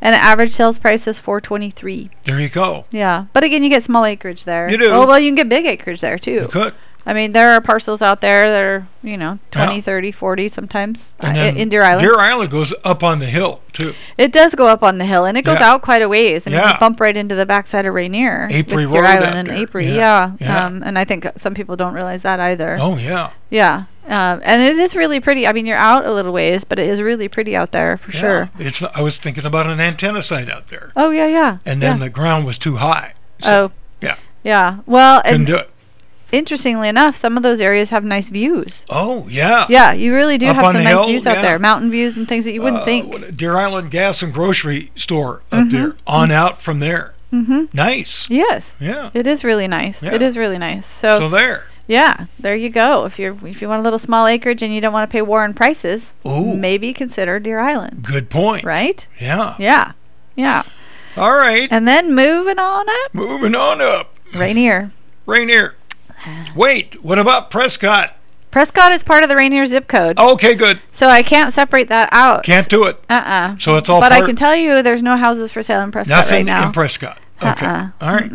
Speaker 4: and the average sales price is 423.
Speaker 3: there you go.
Speaker 4: Yeah, but again, you get small acreage there.
Speaker 3: You do.
Speaker 4: Oh well, you can get big acreage there too.
Speaker 3: You could.
Speaker 4: I mean, there are parcels out there that are you know 20,
Speaker 3: Yeah.
Speaker 4: 30, 40 sometimes uh,
Speaker 3: And
Speaker 4: i-
Speaker 3: then
Speaker 4: in Deer Island.
Speaker 3: Deer Island goes up on the hill too.
Speaker 4: It does go up on the hill, and it goes
Speaker 3: Yeah.
Speaker 4: out quite a ways. I mean,
Speaker 3: Yeah.
Speaker 4: you bump right into the backside of Rainier,
Speaker 3: Apry
Speaker 4: with Deer
Speaker 3: Road out
Speaker 4: Island, and
Speaker 3: there.
Speaker 4: Apry,
Speaker 3: Yeah.
Speaker 4: yeah.
Speaker 3: Yeah.
Speaker 4: Um, and I think some people don't realize that either.
Speaker 3: Oh yeah,
Speaker 4: Yeah, um, and it is really pretty. I mean, you're out a little ways, but it is really pretty out there for
Speaker 3: Yeah.
Speaker 4: sure.
Speaker 3: It's. I was thinking about an antenna site out there,
Speaker 4: Oh yeah, yeah.
Speaker 3: and then
Speaker 4: yeah.
Speaker 3: the ground was too high.
Speaker 4: oh
Speaker 3: yeah.
Speaker 4: yeah. Well,
Speaker 3: Couldn't
Speaker 4: and
Speaker 3: do it.
Speaker 4: interestingly enough, some of those areas have nice views.
Speaker 3: Oh yeah.
Speaker 4: Yeah, you really do
Speaker 3: Up on
Speaker 4: have some
Speaker 3: the
Speaker 4: nice
Speaker 3: hill,
Speaker 4: views
Speaker 3: yeah.
Speaker 4: out there, mountain views and things that you wouldn't
Speaker 3: Uh,
Speaker 4: think. Mm-hmm.
Speaker 3: what a Deer Island Gas and Grocery Store up there, on out from there. Mm-hmm. Nice.
Speaker 4: Yes,
Speaker 3: Yeah.
Speaker 4: it is really nice. It
Speaker 3: Yeah.
Speaker 4: is really nice.
Speaker 3: So there.
Speaker 4: Yeah, there you go. If you're if you want a little small acreage and you don't want to pay Warren prices,
Speaker 3: Ooh.
Speaker 4: maybe consider Deer Island,
Speaker 3: Good point.
Speaker 4: right?
Speaker 3: Yeah.
Speaker 4: Yeah. Yeah.
Speaker 3: All right.
Speaker 4: And then moving on up,
Speaker 3: Moving on up.
Speaker 4: Rainier.
Speaker 3: Rainier. Wait. What about Prescott?
Speaker 4: Prescott is part of the Rainier zip code.
Speaker 3: Okay. Good.
Speaker 4: So I can't separate that out.
Speaker 3: Oh. Can't do it.
Speaker 4: Uh-uh.
Speaker 3: So it's all
Speaker 4: But
Speaker 3: part-
Speaker 4: I can tell you there's no houses for sale in Prescott
Speaker 3: Nothing
Speaker 4: right now.
Speaker 3: in Prescott. Okay.
Speaker 4: Uh-uh.
Speaker 3: All right.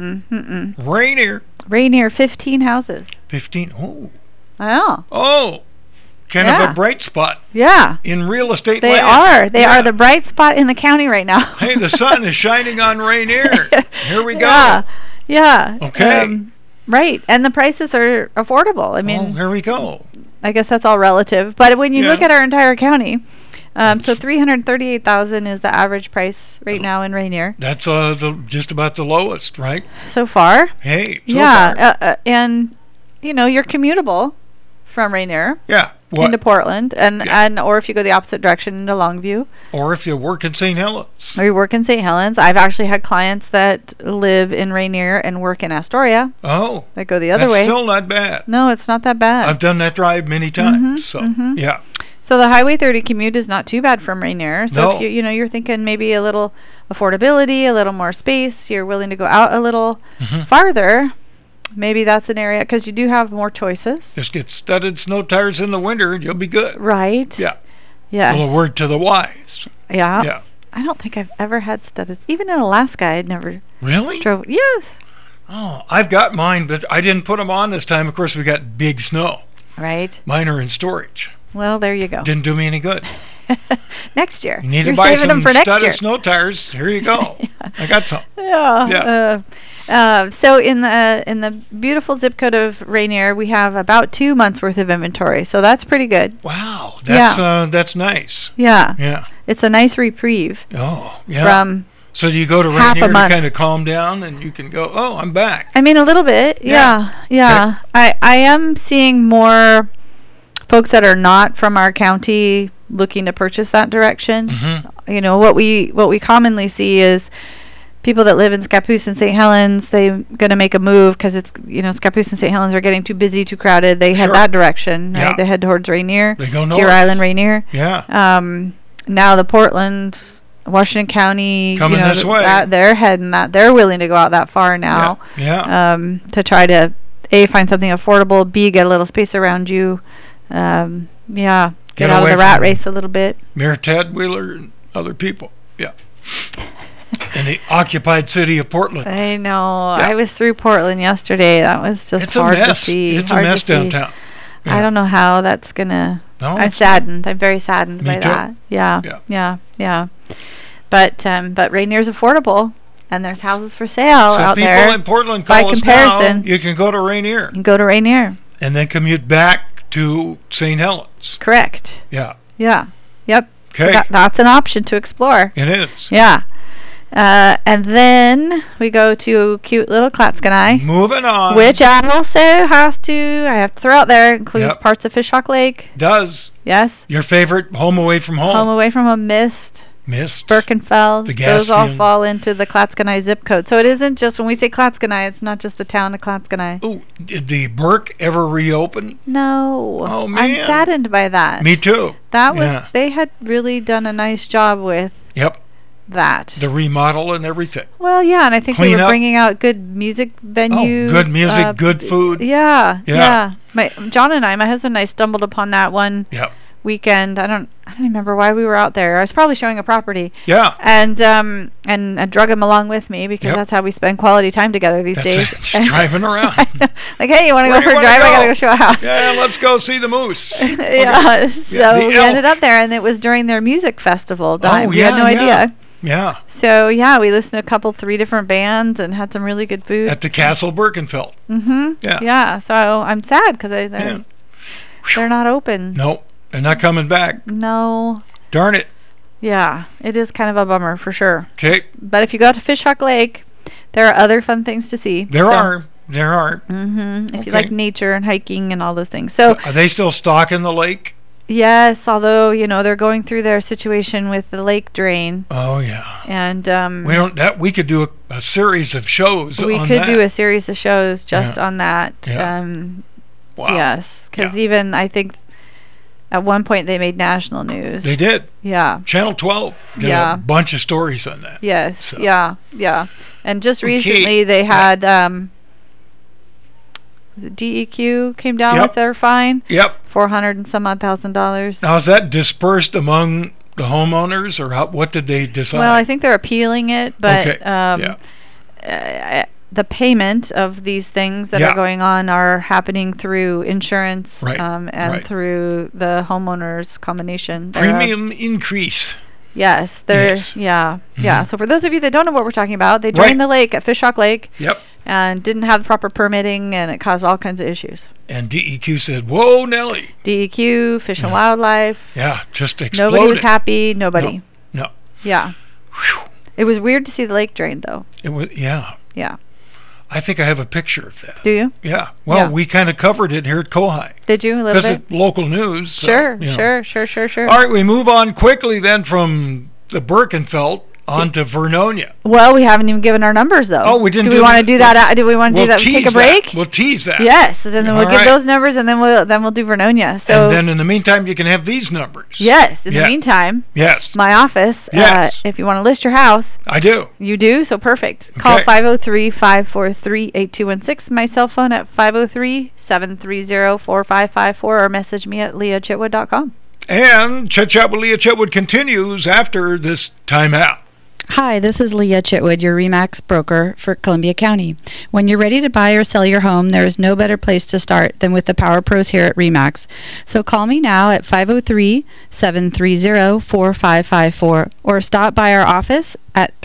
Speaker 3: Rainier.
Speaker 4: Rainier 15 houses.
Speaker 3: 15. Oh.
Speaker 4: Oh.
Speaker 3: Oh. Kind of
Speaker 4: Yeah.
Speaker 3: a bright spot
Speaker 4: Yeah.
Speaker 3: in real estate
Speaker 4: They
Speaker 3: land.
Speaker 4: are. They
Speaker 3: uh, Yeah.
Speaker 4: are the bright spot in the county right now.
Speaker 3: hey, the sun is shining on Rainier. Here we go. Oh,
Speaker 4: Yeah. Yeah. um,
Speaker 3: Okay.
Speaker 4: right. And the prices are affordable. I
Speaker 3: oh,
Speaker 4: mean,
Speaker 3: here we go.
Speaker 4: I guess that's all relative. But when you look
Speaker 3: Yeah.
Speaker 4: at our entire county, um, so 338,000 is the average price
Speaker 3: Oh.
Speaker 4: right now in Rainier
Speaker 3: That's uh, the, just about the lowest, right?
Speaker 4: so far.
Speaker 3: Hey. So
Speaker 4: yeah.
Speaker 3: far.
Speaker 4: Uh, uh, and, you know, you're commutable from Rainier
Speaker 3: yeah. What?
Speaker 4: into Portland and,
Speaker 3: Yeah.
Speaker 4: and or if you go the opposite direction into Longview
Speaker 3: or if you work in St. Helens.
Speaker 4: or you work in St. Helens. I've actually had clients that live in Rainier and work in Astoria
Speaker 3: Oh.
Speaker 4: that go the other
Speaker 3: that's
Speaker 4: way.
Speaker 3: still not bad.
Speaker 4: no, it's not that bad.
Speaker 3: I've done that drive many
Speaker 4: Mm-hmm,
Speaker 3: times. so, yeah.
Speaker 4: So the Highway 30 commute is not too bad from Rainier. So
Speaker 3: No.
Speaker 4: if you you know you're thinking maybe a little
Speaker 3: Mm-hmm.
Speaker 4: affordability, a little more space, you're willing to go out a little farther. Maybe that's an area because you do have more choices,
Speaker 3: Just get studded snow tires in the winter and you'll be good.
Speaker 4: right?
Speaker 3: Yeah. A
Speaker 4: Yeah.
Speaker 3: little word to the wise.
Speaker 4: yeah.
Speaker 3: Yeah.
Speaker 4: I don't think I've ever had studded. Even in Alaska, I'd never
Speaker 3: Really?
Speaker 4: drove. Yes.
Speaker 3: Oh, I've got mine, but I didn't put them on this time. Of course, we got big snow.
Speaker 4: Right.
Speaker 3: Mine are in storage.
Speaker 4: Well, there you go.
Speaker 3: Didn't do me any good.
Speaker 4: next year.
Speaker 3: You need
Speaker 4: You're
Speaker 3: to buy
Speaker 4: saving
Speaker 3: some
Speaker 4: them for next
Speaker 3: studded
Speaker 4: year.
Speaker 3: snow tires. Here you go. I got some.
Speaker 4: Yeah.
Speaker 3: Yeah.
Speaker 4: Uh, uh, so in the in the beautiful zip code of Rainier, we have about two months worth of inventory. So that's pretty good.
Speaker 3: Wow, that's
Speaker 4: Yeah.
Speaker 3: uh, that's nice.
Speaker 4: Yeah.
Speaker 3: Yeah.
Speaker 4: It's a nice reprieve
Speaker 3: Oh, yeah.
Speaker 4: from.
Speaker 3: so you go to
Speaker 4: half a
Speaker 3: Rainier to
Speaker 4: month.
Speaker 3: kind of calm down, and you can go. Oh, I'm back.
Speaker 4: I mean, a little bit.
Speaker 3: Yeah.
Speaker 4: Yeah. Yeah. I I am seeing more folks that are not from our county looking to purchase that direction.
Speaker 3: Mm-hmm.
Speaker 4: You know what we what we commonly see is people that live in Scappoose and St. Helens, they're going to make a move because it's, you know, Scappoose and St. Helens are getting too busy, too crowded. They head
Speaker 3: Sure.
Speaker 4: that direction, right?
Speaker 3: Yeah.
Speaker 4: They head towards Rainier,
Speaker 3: They go north.
Speaker 4: Deer Island, Rainier.
Speaker 3: Yeah.
Speaker 4: Um, now the Portland, Washington County,
Speaker 3: Coming
Speaker 4: you know,
Speaker 3: this
Speaker 4: th-
Speaker 3: way.
Speaker 4: that- they're heading that. They're willing to go out that far now
Speaker 3: yeah.
Speaker 4: um, to try to a find something affordable, b get a little space around you. Um, yeah, get,
Speaker 3: Get
Speaker 4: out of
Speaker 3: away
Speaker 4: the rat
Speaker 3: from-
Speaker 4: race a little bit.
Speaker 3: Mayor Tad Wheeler and other people. Yeah. in the occupied city of Portland.
Speaker 4: I know. I was through Portland yesterday. That was just
Speaker 3: It's a
Speaker 4: hard to
Speaker 3: mess.
Speaker 4: see.
Speaker 3: It's a
Speaker 4: hard to
Speaker 3: mess
Speaker 4: see.
Speaker 3: downtown. Yeah.
Speaker 4: I don't know how that's gonna.
Speaker 3: No,
Speaker 4: I'm
Speaker 3: it's-
Speaker 4: saddened. I'm very saddened
Speaker 3: Oh, Me
Speaker 4: by
Speaker 3: too.
Speaker 4: that. Yeah,
Speaker 3: Yeah.
Speaker 4: yeah, yeah, But um, but Rainier's affordable, and there's houses for sale
Speaker 3: so
Speaker 4: out
Speaker 3: people
Speaker 4: there.
Speaker 3: in Portland
Speaker 4: by
Speaker 3: call us now,
Speaker 4: comparison-
Speaker 3: you can go to Rainier
Speaker 4: You go to Rainier.
Speaker 3: and then commute back to St. Helens.
Speaker 4: Correct.
Speaker 3: Yeah.
Speaker 4: Yeah. Yep. So
Speaker 3: Okay.
Speaker 4: that- that's an option to explore.
Speaker 3: It is.
Speaker 4: Yeah. Uh, and then we go to cute little Klatskanai,
Speaker 3: Moving on.
Speaker 4: which I also have to, I have to throw out there, includes
Speaker 3: Yep.
Speaker 4: parts of Fishhawk Lake.
Speaker 3: does
Speaker 4: Yes.
Speaker 3: your favorite home away from home,
Speaker 4: Home away from a mist,
Speaker 3: missed?
Speaker 4: Birkenfeld.
Speaker 3: The gas
Speaker 4: those all
Speaker 3: field.
Speaker 4: fall into the Klatskanai zip code. So it isn't just, when we say Klatskanai, it's not just the town of Klatskanai.
Speaker 3: Ooh, did the Burke ever reopen?
Speaker 4: No.
Speaker 3: Oh,
Speaker 4: I'm
Speaker 3: man.
Speaker 4: saddened by that.
Speaker 3: Me too.
Speaker 4: That was,
Speaker 3: Yeah.
Speaker 4: they had really done a nice job with
Speaker 3: Yep.
Speaker 4: that.
Speaker 3: The remodel and everything.
Speaker 4: Well, yeah, and I think
Speaker 3: Clean
Speaker 4: they were
Speaker 3: up.
Speaker 4: bringing out good music venues.
Speaker 3: Oh, good music, good
Speaker 4: b-
Speaker 3: food.
Speaker 4: uh, Yeah,
Speaker 3: Yeah.
Speaker 4: yeah. My John and I, my husband and I, stumbled upon that one
Speaker 3: Yep.
Speaker 4: weekend. I don't, I don't remember why we were out there. I was probably showing a property,
Speaker 3: Yeah.
Speaker 4: and um, and I drug him along with me because
Speaker 3: Yep.
Speaker 4: that's how we spend quality time together these
Speaker 3: That's
Speaker 4: days.
Speaker 3: it. Just driving around.
Speaker 4: like, hey, you want to
Speaker 3: Where
Speaker 4: go
Speaker 3: do you
Speaker 4: for a
Speaker 3: wanna
Speaker 4: drive? I
Speaker 3: go?"
Speaker 4: gotta go show a house.
Speaker 3: Yeah, let's go see the moose.
Speaker 4: yeah. So
Speaker 3: the
Speaker 4: we
Speaker 3: elk.
Speaker 4: ended up there, and it was during their music festival. Time. we had no
Speaker 3: yeah.
Speaker 4: idea.
Speaker 3: Yeah.
Speaker 4: So yeah, we listened to a couple, three different bands, and had some really good food.
Speaker 3: At the Castle Birkenfeld.
Speaker 4: Mm-hmm.
Speaker 3: Yeah.
Speaker 4: Yeah. So I'm sad because they're
Speaker 3: Yeah.
Speaker 4: they're not open.
Speaker 3: No, they're not coming back.
Speaker 4: No.
Speaker 3: Darn it.
Speaker 4: Yeah, it is kind of a bummer for sure.
Speaker 3: Okay.
Speaker 4: But if you go out to Fishhawk Lake, there are other fun things to see.
Speaker 3: There
Speaker 4: So, Mm-hmm.
Speaker 3: are. There are.
Speaker 4: If you like
Speaker 3: okay.
Speaker 4: nature and hiking and all those things. So
Speaker 3: Are they still stocking the lake?
Speaker 4: yes, although you know they're going through their situation with the lake drain,
Speaker 3: Oh yeah.
Speaker 4: and um,
Speaker 3: We don't that we could do a, a series of shows
Speaker 4: we
Speaker 3: on
Speaker 4: could
Speaker 3: that.
Speaker 4: do a series of shows just on that.
Speaker 3: Yeah.
Speaker 4: Um,
Speaker 3: wow.
Speaker 4: Yes, because
Speaker 3: Yeah.
Speaker 4: even I think at one point they made national news.
Speaker 3: They did.
Speaker 4: Yeah.
Speaker 3: Channel 12 did
Speaker 4: Yeah.
Speaker 3: a bunch of stories on that.
Speaker 4: Yes.
Speaker 3: So-
Speaker 4: Yeah. Yeah. And just
Speaker 3: Okay.
Speaker 4: recently they had um was it DEQ came down
Speaker 3: Yep.
Speaker 4: with their fine,
Speaker 3: Yep.
Speaker 4: four hundred and some odd thousand dollars.
Speaker 3: Now is that dispersed among the homeowners, or how, what did they decide?
Speaker 4: Well, I think they're appealing it, but
Speaker 3: okay.
Speaker 4: um,
Speaker 3: yeah.
Speaker 4: the payment of these things that
Speaker 3: Yeah.
Speaker 4: are going on are happening through insurance
Speaker 3: Right,
Speaker 4: um, and
Speaker 3: right.
Speaker 4: through the homeowners combination. thereof.
Speaker 3: Premium increase.
Speaker 4: Yes, there.
Speaker 3: Yes. Mm-hmm.
Speaker 4: Yeah, yeah. So for those of you that don't know what we're talking about, they
Speaker 3: Right.
Speaker 4: drained the lake at Fishhawk Lake
Speaker 3: Yep.
Speaker 4: and didn't have proper permitting, and it caused all kinds of issues.
Speaker 3: And DEQ said, "Whoa, Nelly!
Speaker 4: DEQ, Fish and Wildlife.
Speaker 3: Yeah, just exploded."
Speaker 4: Nobody was happy. Nobody.
Speaker 3: No,
Speaker 4: Yeah. It was weird to see the lake drained, though.
Speaker 3: it was. Yeah,
Speaker 4: Yeah.
Speaker 3: I think I have a picture of that.
Speaker 4: Do you?
Speaker 3: Yeah. Well,
Speaker 4: Yeah.
Speaker 3: we kind of covered it here at Kohai
Speaker 4: Did you a little
Speaker 3: because uh,
Speaker 4: bit?
Speaker 3: it's local news. so,
Speaker 4: Sure,
Speaker 3: you know.
Speaker 4: sure, sure, sure, sure.
Speaker 3: All right, we move on quickly then from the Birkenfeld on to Vernonia.
Speaker 4: Well, we haven't even given our numbers though.
Speaker 3: Oh, we didn't
Speaker 4: Do we
Speaker 3: do
Speaker 4: want to
Speaker 3: that.
Speaker 4: do that? out- Do we want to
Speaker 3: We'll
Speaker 4: do that? Take a
Speaker 3: tease
Speaker 4: break.
Speaker 3: That. We'll tease that.
Speaker 4: yes, and then we'll
Speaker 3: All
Speaker 4: give
Speaker 3: right.
Speaker 4: those numbers, and then we'll then we'll do Vernonia. So
Speaker 3: and then in the meantime, you can have these numbers.
Speaker 4: yes, in
Speaker 3: Yeah.
Speaker 4: the meantime,
Speaker 3: Yes,
Speaker 4: my office.
Speaker 3: Yes.
Speaker 4: Uh, if you want to list your house,
Speaker 3: I do.
Speaker 4: You do? So perfect. Call
Speaker 3: Okay.
Speaker 4: 503 543 8216. My cell phone at 503 730 4554 or message me at leochitwood.com.
Speaker 3: And Chet Chat with Leah Chetwood continues after this timeout.
Speaker 5: Hi, this is Leah Chitwood, your REMAX broker for Columbia County. When you're ready to buy or sell your home, there is no better place to start than with the Power Pros here at REMAX. So call me now at 503 730 4554 or stop by our office at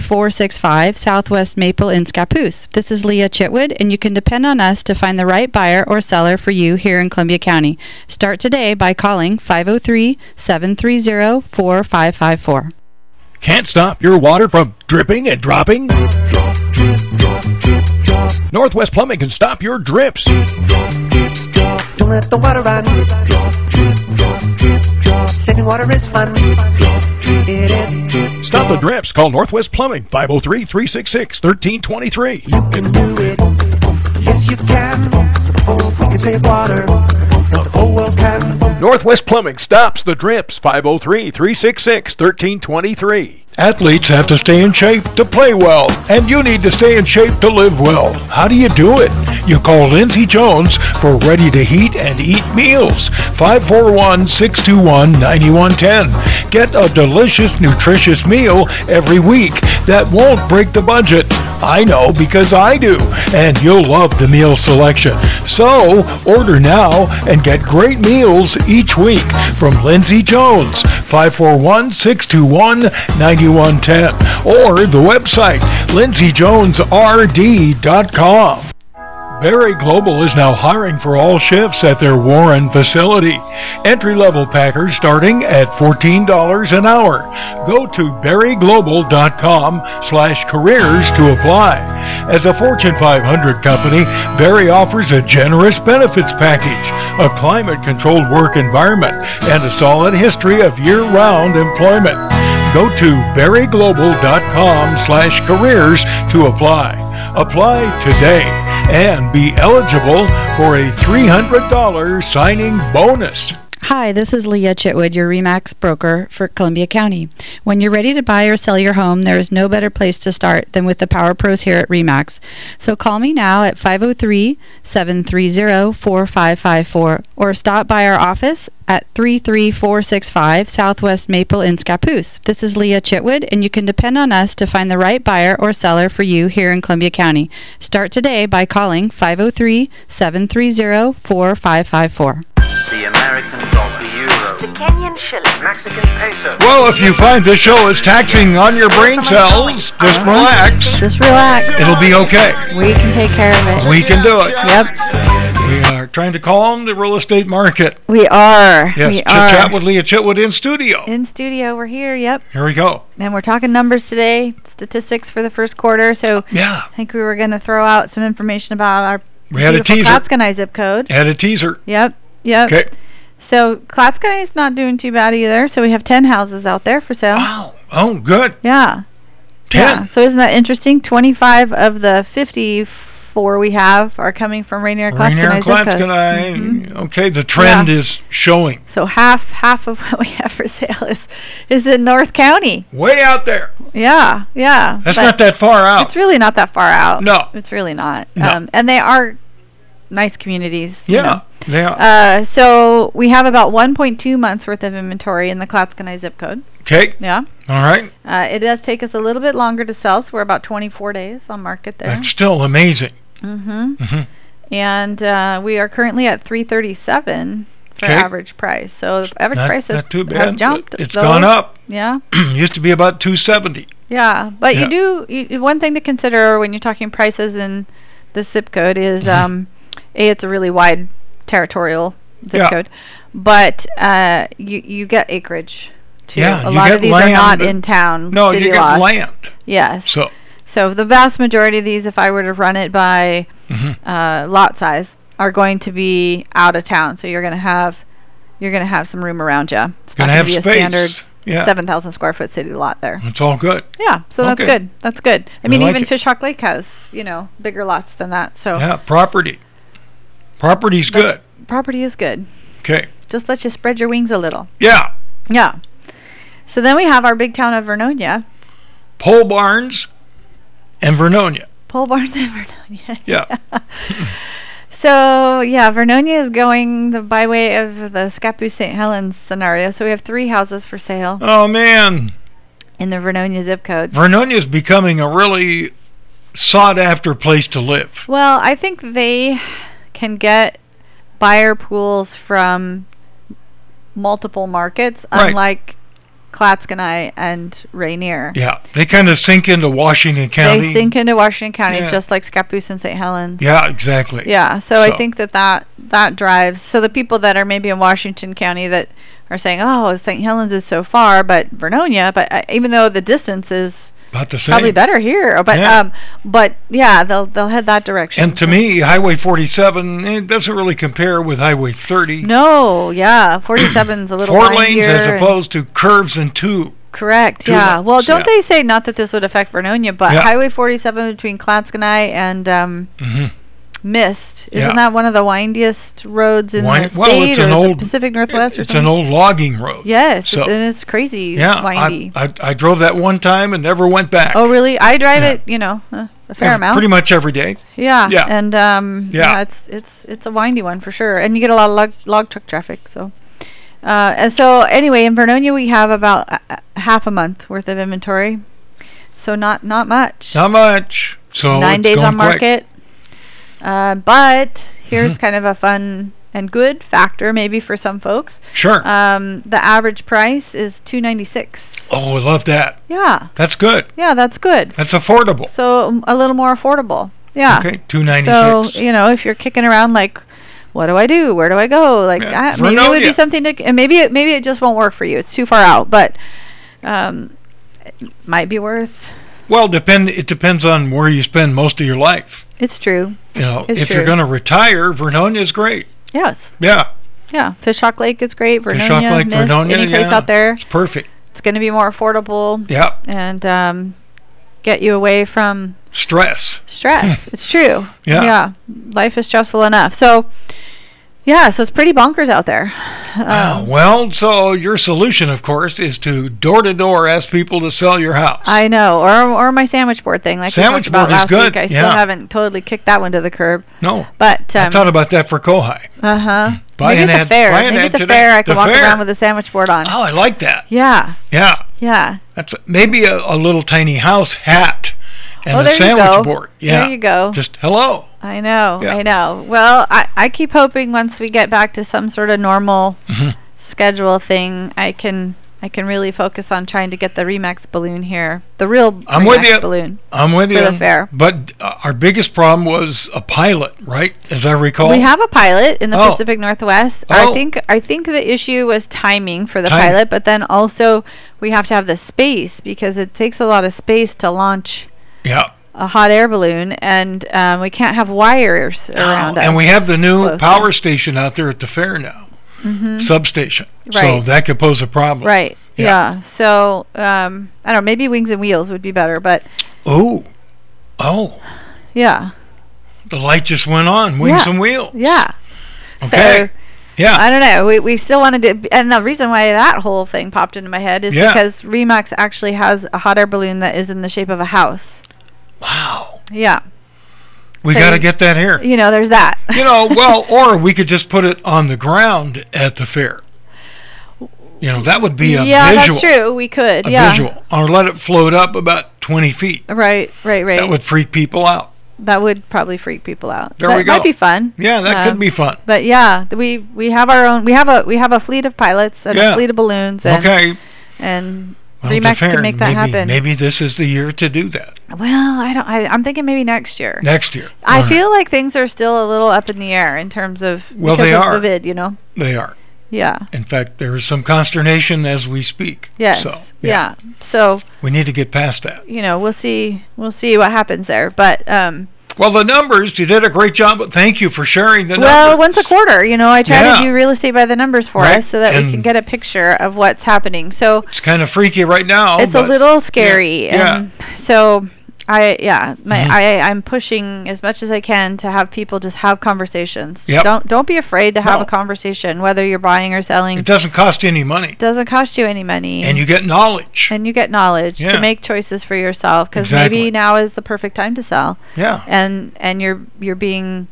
Speaker 5: 33465 Southwest Maple in Scappoose. This is Leah Chitwood, and you can depend on us to find the right buyer or seller for you here in Columbia County. Start today by calling 503 730 4554.
Speaker 2: Can't stop your water from dripping and dropping? Northwest Plumbing can stop your drips.
Speaker 1: Don't let the water run. Saving water is fun. It is.
Speaker 2: Stop the drips. Call Northwest Plumbing 503 366 1323.
Speaker 1: You can do it. Yes, you can. Oh, we can save water. The whole world can.
Speaker 2: Northwest Plumbing stops the drips 503 366 1323.
Speaker 3: Athletes have to stay in shape to play well, and you need to stay in shape to live well. How do you do it? You call Lindsey Jones for ready to heat and eat meals. 541 621 9110. Get a delicious, nutritious meal every week that won't break the budget. I know because I do, and you'll love the meal selection. So, order now and get great meals each week from Lindsey Jones, 541 621 9110, or the website lindseyjonesrd.com. Berry Global is now hiring for all shifts at their Warren facility. Entry level packers starting at $14 an hour. Go to berryglobal.com slash careers to apply. As a Fortune 500 company, Berry offers a generous benefits package, a climate controlled work environment, and a solid history of year round employment. Go to berryglobal.com slash careers to apply. Apply today and be eligible for a $300 signing bonus.
Speaker 5: Hi, this is Leah Chitwood, your REMAX broker for Columbia County. When you're ready to buy or sell your home, there is no better place to start than with the Power Pros here at REMAX. So call me now at 503 730 4554 or stop by our office at 33465 Southwest Maple in Scappoose. This is Leah Chitwood, and you can depend on us to find the right buyer or seller for you here in Columbia County. Start today by calling 503 730 4554.
Speaker 7: The American dollar, euro,
Speaker 9: The Kenyan shilling.
Speaker 7: Mexican peso.
Speaker 3: Well, if you find this show is taxing on your brain cells, just relax.
Speaker 4: Just relax.
Speaker 3: It'll be okay.
Speaker 4: We can take care of it.
Speaker 3: We can do it.
Speaker 4: Yep.
Speaker 3: We are trying to calm the real estate market.
Speaker 4: We are.
Speaker 3: Yes,
Speaker 4: we
Speaker 3: chit
Speaker 4: are.
Speaker 3: chat with Leah Chitwood in studio.
Speaker 4: in studio, we're here. Yep.
Speaker 3: Here we go.
Speaker 4: And we're talking numbers today, statistics for the first quarter. So
Speaker 3: Yeah,
Speaker 4: I think we were going to throw out some information about our
Speaker 3: We had a
Speaker 4: beautiful
Speaker 3: teaser.
Speaker 4: Klatskanai zip code.
Speaker 3: had a teaser.
Speaker 4: Yep. Yep.
Speaker 3: Okay.
Speaker 4: So Klatskanai is not doing too bad either. So we have 10 houses out there for sale.
Speaker 3: Wow. Oh, good.
Speaker 4: Yeah. Yeah.
Speaker 3: Ten.
Speaker 4: So isn't that interesting? 25 of the 54 we have are coming from Rainier and
Speaker 3: Rainier and
Speaker 4: Klatskanai zip code. Mm-hmm.
Speaker 3: Klatskanai. Okay, the trend is showing
Speaker 4: So half half of what we have for sale is is in North County.
Speaker 3: way out there.
Speaker 4: Yeah. Yeah.
Speaker 3: That's
Speaker 4: But
Speaker 3: not that far out.
Speaker 4: It's really not that far out.
Speaker 3: No.
Speaker 4: It's really not.
Speaker 3: No.
Speaker 4: Um, and they are nice communities. you know.
Speaker 3: yeah. Yeah.
Speaker 4: Uh, so we have about 1.2 months worth of inventory in the Klatskanai zip code.
Speaker 3: okay.
Speaker 4: Yeah.
Speaker 3: All right.
Speaker 4: Uh, it does take us a little bit longer to sell, so we're about 24 days on market there.
Speaker 3: That's still amazing.
Speaker 4: and uh, we are currently at 337 for
Speaker 3: Okay.
Speaker 4: average price. So the average
Speaker 3: Not,
Speaker 4: price has,
Speaker 3: not too bad.
Speaker 4: has
Speaker 3: but
Speaker 4: jumped.
Speaker 3: It's
Speaker 4: though.
Speaker 3: gone up.
Speaker 4: Yeah,
Speaker 3: used to be about 270.
Speaker 4: yeah. But
Speaker 3: Yeah.
Speaker 4: you do you, one thing to consider when you're talking prices in the zip code is
Speaker 3: Mm-hmm.
Speaker 4: um, a it's a really wide territorial zip
Speaker 3: Yeah.
Speaker 4: code, but uh, you you get acreage. Too.
Speaker 3: Yeah,
Speaker 4: a
Speaker 3: you
Speaker 4: lot
Speaker 3: get
Speaker 4: of these are not
Speaker 3: land.
Speaker 4: in town.
Speaker 3: No,
Speaker 4: city
Speaker 3: you got
Speaker 4: lots.
Speaker 3: land.
Speaker 4: Yes.
Speaker 3: So,
Speaker 4: So the vast majority of these, if I were to run it by
Speaker 3: Mm-hmm.
Speaker 4: uh, lot size, are going to be out of town. So you're going to have you're going to have some room around you. It's
Speaker 3: going to
Speaker 4: gonna
Speaker 3: have
Speaker 4: be
Speaker 3: space.
Speaker 4: a standard
Speaker 3: Yeah.
Speaker 4: seven thousand square foot city lot there.
Speaker 3: It's all good.
Speaker 4: Yeah, so that's
Speaker 3: Okay.
Speaker 4: good. That's good. I
Speaker 3: We
Speaker 4: mean,
Speaker 3: like
Speaker 4: even
Speaker 3: it.
Speaker 4: Fishhawk Lake has you know bigger lots than that. So
Speaker 3: Yeah, property. Property's good.
Speaker 4: property is good.
Speaker 3: Okay.
Speaker 4: Just lets you spread your wings a little.
Speaker 3: Yeah.
Speaker 4: Yeah. So then we have our big town of Vernonia,
Speaker 3: Pole barns and Vernonia.
Speaker 4: pole barns in Vernonia.
Speaker 3: Yeah.
Speaker 4: So yeah, Vernonia is going the byway of the Scappoose St. Helens scenario. So we have three houses for sale
Speaker 3: oh man.
Speaker 4: in the Vernonia zip code.
Speaker 3: Vernonia's becoming a really sought after place to live.
Speaker 4: Well, I think they can get buyer pools from multiple markets,
Speaker 3: Right.
Speaker 4: unlike Klatskanai and Rainier.
Speaker 3: Yeah. They kind of sink into Washington County.
Speaker 4: They sink into Washington County
Speaker 3: Yeah.
Speaker 4: just like Scappoose and St. Helens.
Speaker 3: Yeah, exactly.
Speaker 4: Yeah, so,
Speaker 3: So-
Speaker 4: I think that, that that drives. So the people that are maybe in Washington County that are saying, "Oh, St. Helens is so far," but Vernonia, but uh, even though the distance is
Speaker 3: About the same.
Speaker 4: probably better here, or- but
Speaker 3: Yeah.
Speaker 4: um, but yeah, they'll they'll head that direction.
Speaker 3: And to me, Highway 47 it doesn't really compare with Highway 30.
Speaker 4: no, yeah, 47's a little
Speaker 3: Four
Speaker 4: windier
Speaker 3: lanes as
Speaker 4: and-
Speaker 3: opposed to curves and two.
Speaker 4: Correct.
Speaker 3: Two
Speaker 4: yeah.
Speaker 3: lanes,
Speaker 4: Well, don't
Speaker 3: yeah.
Speaker 4: they say not that this would affect Vernonia, but
Speaker 3: Yeah.
Speaker 4: Highway 47 between Klatskanai and um, Mist isn't
Speaker 3: Mm-hmm. Yeah.
Speaker 4: that one of the windiest roads in
Speaker 3: Win-
Speaker 4: the state
Speaker 3: well, it's
Speaker 4: or
Speaker 3: an
Speaker 4: the
Speaker 3: old-
Speaker 4: Pacific Northwest? or
Speaker 3: It's
Speaker 4: something?
Speaker 3: an old logging road.
Speaker 4: Yes,
Speaker 3: So-
Speaker 4: and it's crazy
Speaker 3: Yeah, I,
Speaker 4: windy.
Speaker 3: I, I drove that one time and never went back.
Speaker 4: oh, really? I drive
Speaker 3: Yeah.
Speaker 4: it, you know, uh, a fair
Speaker 3: Ev-
Speaker 4: amount.
Speaker 3: Pretty much every day.
Speaker 4: Yeah.
Speaker 3: Yeah.
Speaker 4: And um,
Speaker 3: Yeah.
Speaker 4: yeah. it's it's it's a windy one for sure, and you get a lot of log, log truck traffic. So, uh, and so anyway, in Vernonia we have about a, a half a month worth of inventory, so not not much.
Speaker 3: Not much. So
Speaker 4: Nine
Speaker 3: Oh, it's
Speaker 4: days
Speaker 3: going quick.
Speaker 4: on
Speaker 3: Mm-hmm.
Speaker 4: market. Uh, but here's kind of a fun and good factor maybe for some folks.
Speaker 3: Sure.
Speaker 4: Um, the average price is two ninety six.
Speaker 3: oh, I love that.
Speaker 4: Yeah,
Speaker 3: That's good.
Speaker 4: yeah, that's good.
Speaker 3: That's affordable.
Speaker 4: So um, a little more affordable. Yeah.
Speaker 3: Okay,
Speaker 4: So
Speaker 3: 296.
Speaker 4: you know, if you're kicking around, like, what do I do? Where do I go? Like,
Speaker 3: Yeah,
Speaker 4: that, maybe it would
Speaker 3: Vernonia.
Speaker 4: be something to. And maybe it maybe it just won't work for you. It's too far out, but um, it might be worth.
Speaker 3: well, depend it depends on where you spend most of your life.
Speaker 4: It's true.
Speaker 3: You know,
Speaker 4: It's
Speaker 3: if you're
Speaker 4: true.
Speaker 3: going to retire, Vernonia is great.
Speaker 4: Yes.
Speaker 3: Yeah.
Speaker 4: Yeah. Fishhawk Lake is great. Vernonia,
Speaker 3: Shock Lake,
Speaker 4: Mist,
Speaker 3: Vernonia,
Speaker 4: any place
Speaker 3: yeah,
Speaker 4: out there,
Speaker 3: It's perfect.
Speaker 4: it's going to be more affordable
Speaker 3: Yeah.
Speaker 4: and um, get you away from
Speaker 3: Stress.
Speaker 4: stress. it's true.
Speaker 3: Hmm. Yeah.
Speaker 4: Yeah. Life is stressful enough. So. Yeah, so it's pretty bonkers out there.
Speaker 3: Uh, well, so your solution, of course, is to door to door ask people to sell your house.
Speaker 4: I know, or or my sandwich board thing. Like
Speaker 3: Sandwich
Speaker 4: we talked
Speaker 3: board is
Speaker 4: about last
Speaker 3: good,
Speaker 4: Week. I
Speaker 3: yeah.
Speaker 4: still haven't totally kicked that one to the curb,
Speaker 3: no.
Speaker 4: but
Speaker 3: I thought
Speaker 4: um,
Speaker 3: about that for Kohai.
Speaker 4: uh huh.
Speaker 3: Buy
Speaker 4: Maybe
Speaker 3: an
Speaker 4: at the
Speaker 3: ad-
Speaker 4: fair.
Speaker 3: buy an
Speaker 4: Maybe
Speaker 3: ad
Speaker 4: at the
Speaker 3: today.
Speaker 4: fair I could
Speaker 3: The
Speaker 4: walk
Speaker 3: fair.
Speaker 4: around with a sandwich board on.
Speaker 3: Oh, I like that.
Speaker 4: Yeah,
Speaker 3: Yeah.
Speaker 4: yeah.
Speaker 3: That's maybe a, a little tiny house hat and
Speaker 4: Oh,
Speaker 3: a
Speaker 4: there you
Speaker 3: sandwich
Speaker 4: go.
Speaker 3: board. Yeah.
Speaker 4: There you go.
Speaker 3: Just hello.
Speaker 4: I know,
Speaker 3: Yeah.
Speaker 4: I know. Well, I I keep hoping once we get back to some sort of normal
Speaker 3: Mm-hmm.
Speaker 4: schedule thing, I can I can really focus on trying to get the Remax balloon here, the real
Speaker 3: I'm
Speaker 4: Remax
Speaker 3: with you.
Speaker 4: balloon.
Speaker 3: I'm with
Speaker 4: For
Speaker 3: you.
Speaker 4: the fair.
Speaker 3: But uh, our biggest problem was a pilot, right? As I recall.
Speaker 4: We have a pilot in the
Speaker 3: Oh.
Speaker 4: Pacific Northwest.
Speaker 3: Oh.
Speaker 4: I think I think the issue was timing for the
Speaker 3: Timing.
Speaker 4: pilot, but then also we have to have the space because it takes a lot of space to launch
Speaker 3: Yeah.
Speaker 4: a hot air balloon, and um, we can't have wires around us.
Speaker 3: Oh, and we have the new
Speaker 4: Close Mm-hmm.
Speaker 3: power station out there at the fair now, substation. So
Speaker 4: Right.
Speaker 3: that could pose a problem.
Speaker 4: right.
Speaker 3: Yeah.
Speaker 4: Yeah. So um, I don't know. Maybe wings and wheels would be better, but
Speaker 3: Oh, oh,
Speaker 4: yeah,
Speaker 3: the light just went on. Wings
Speaker 4: Yeah.
Speaker 3: and wheels.
Speaker 4: yeah.
Speaker 3: Okay.
Speaker 4: So-
Speaker 3: yeah.
Speaker 4: I don't know. We, we still wanted to, and the reason why that whole thing popped into my head is
Speaker 3: Yeah.
Speaker 4: because Remax actually has a hot air balloon that is in the shape of a house.
Speaker 3: wow.
Speaker 4: Yeah.
Speaker 3: We
Speaker 4: so
Speaker 3: got to
Speaker 4: you-
Speaker 3: get that here.
Speaker 4: You know, there's that.
Speaker 3: You know, well, or we could just put it on the ground at the fair. You know, that would be a
Speaker 4: yeah,
Speaker 3: visual.
Speaker 4: that's true. We could.
Speaker 3: A
Speaker 4: yeah.
Speaker 3: visual. Or let it float up about 20 feet.
Speaker 4: Right, right, right.
Speaker 3: That would freak people out.
Speaker 4: probably freak people out.
Speaker 3: There
Speaker 4: that
Speaker 3: we go.
Speaker 4: might be fun.
Speaker 3: Yeah, that
Speaker 4: Um,
Speaker 3: could be fun.
Speaker 4: But yeah, th- we we have our own. We have a we have a fleet of pilots and
Speaker 3: Yeah.
Speaker 4: a fleet of balloons. And,
Speaker 3: Okay.
Speaker 4: And
Speaker 3: Well, the
Speaker 4: Remax
Speaker 3: fair,
Speaker 4: can make that
Speaker 3: maybe,
Speaker 4: happen.
Speaker 3: Maybe this is the year to do that.
Speaker 4: Well, I don't. I, I'm thinking maybe next year.
Speaker 3: Next year.
Speaker 4: I
Speaker 3: All right.
Speaker 4: feel like things are still a little up in the air in terms of
Speaker 3: Well,
Speaker 4: because
Speaker 3: they
Speaker 4: of
Speaker 3: are.
Speaker 4: COVID, you know.
Speaker 3: They are.
Speaker 4: Yeah.
Speaker 3: In fact, there is some consternation as we speak.
Speaker 4: Yes.
Speaker 3: So,
Speaker 4: yeah. So
Speaker 3: We need to get past that.
Speaker 4: you know, we'll see. We'll see what happens there. But um,
Speaker 3: Well, the numbers, you did a great job. Thank you for sharing the
Speaker 4: Well,
Speaker 3: numbers.
Speaker 4: once a quarter, you know, I try
Speaker 3: Yeah.
Speaker 4: to do real estate by the numbers for
Speaker 3: Right,
Speaker 4: us so that we can
Speaker 3: and-
Speaker 4: get a picture of what's happening. So
Speaker 3: It's kind of freaky right now.
Speaker 4: it's a
Speaker 3: Oh, but-
Speaker 4: little scary.
Speaker 3: Yeah. Mm-hmm.
Speaker 4: And so I yeah, my I I'm pushing as much as I can to have people just have conversations.
Speaker 3: Yep.
Speaker 4: Don't don't be afraid to have
Speaker 3: No.
Speaker 4: a conversation whether you're buying or selling.
Speaker 3: It doesn't cost any money,
Speaker 4: doesn't cost you any money.
Speaker 3: and you get knowledge.
Speaker 4: and you get knowledge
Speaker 3: Yeah.
Speaker 4: to make choices for yourself because
Speaker 3: Exactly.
Speaker 4: maybe now is the perfect time to sell
Speaker 3: Yeah.
Speaker 4: and and you're you're being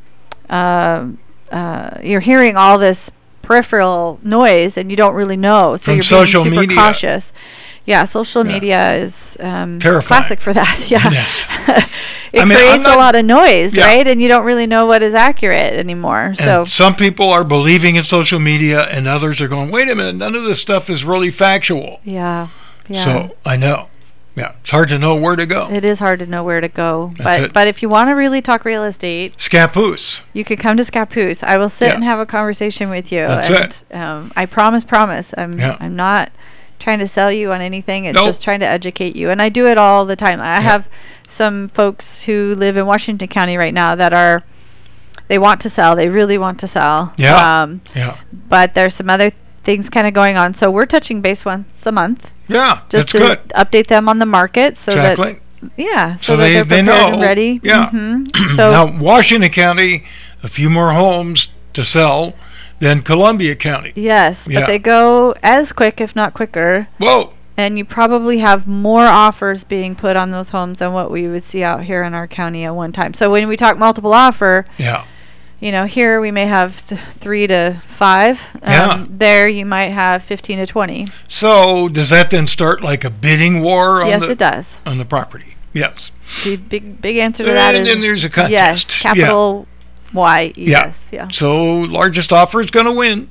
Speaker 4: uh, uh, you're hearing all this peripheral noise and you don't really know so
Speaker 3: From
Speaker 4: you're
Speaker 3: social
Speaker 4: being super
Speaker 3: media.
Speaker 4: cautious yeah social
Speaker 3: Yeah.
Speaker 4: media is um,
Speaker 3: Terrifying.
Speaker 4: classic for that yeah
Speaker 3: Yes.
Speaker 4: it
Speaker 3: I mean, I'm
Speaker 4: creates
Speaker 3: not-
Speaker 4: a lot of noise
Speaker 3: Yeah.
Speaker 4: right and you don't really know what is accurate anymore so
Speaker 3: And some people are believing in social media, and others are going, wait a minute, none of this stuff is really factual.
Speaker 4: yeah yeah
Speaker 3: So I know. Yeah. It's hard to know where to go.
Speaker 4: it is hard to know where to go
Speaker 3: That's
Speaker 4: but
Speaker 3: it.
Speaker 4: but if you want to really talk real estate
Speaker 3: Scappoose.
Speaker 4: You could come to Scappoose. I will sit
Speaker 3: Yeah.
Speaker 4: and have a conversation with you.
Speaker 3: That's
Speaker 4: and,
Speaker 3: it.
Speaker 4: Um, I promise, promise. I'm
Speaker 3: Yeah.
Speaker 4: I'm not trying to sell you on anything. It's
Speaker 3: Nope.
Speaker 4: just trying to educate you. And I do it all the time. I have some folks who live in Washington County right now that are they want to sell. They really want to sell.
Speaker 3: Yeah.
Speaker 4: Um,
Speaker 3: Yeah.
Speaker 4: but there's some other things kind of going on. So we're touching base once a month
Speaker 3: Yeah. that's
Speaker 4: just to
Speaker 3: good.
Speaker 4: update them on the market so
Speaker 3: Exactly.
Speaker 4: that yeah, so,
Speaker 3: So
Speaker 4: that
Speaker 3: they-
Speaker 4: they're
Speaker 3: they
Speaker 4: prepared and
Speaker 3: know.
Speaker 4: ready.
Speaker 3: Yeah.
Speaker 4: hmm So
Speaker 3: now, Washington County, a few more homes to sell than Columbia County.
Speaker 4: Yes,
Speaker 3: Yeah.
Speaker 4: but they go as quick, if not quicker,
Speaker 3: Whoa.
Speaker 4: and you probably have more offers being put on those homes than what we would see out here in our county at one time. So when we talk multiple offer,
Speaker 3: Yeah.
Speaker 4: you know, here we may have th- three to five. Um,
Speaker 3: Yeah.
Speaker 4: There you might have 15 to 20.
Speaker 3: So does that then start like a bidding war on
Speaker 4: yes,
Speaker 3: the
Speaker 4: it does.
Speaker 3: on the property? Yes.
Speaker 4: The big, big answer to that
Speaker 3: And
Speaker 4: is
Speaker 3: then there's a
Speaker 4: yes,
Speaker 3: contest. Yeah.
Speaker 4: capital Y E
Speaker 3: Yeah.
Speaker 4: S. Yeah.
Speaker 3: So largest offer is going to win.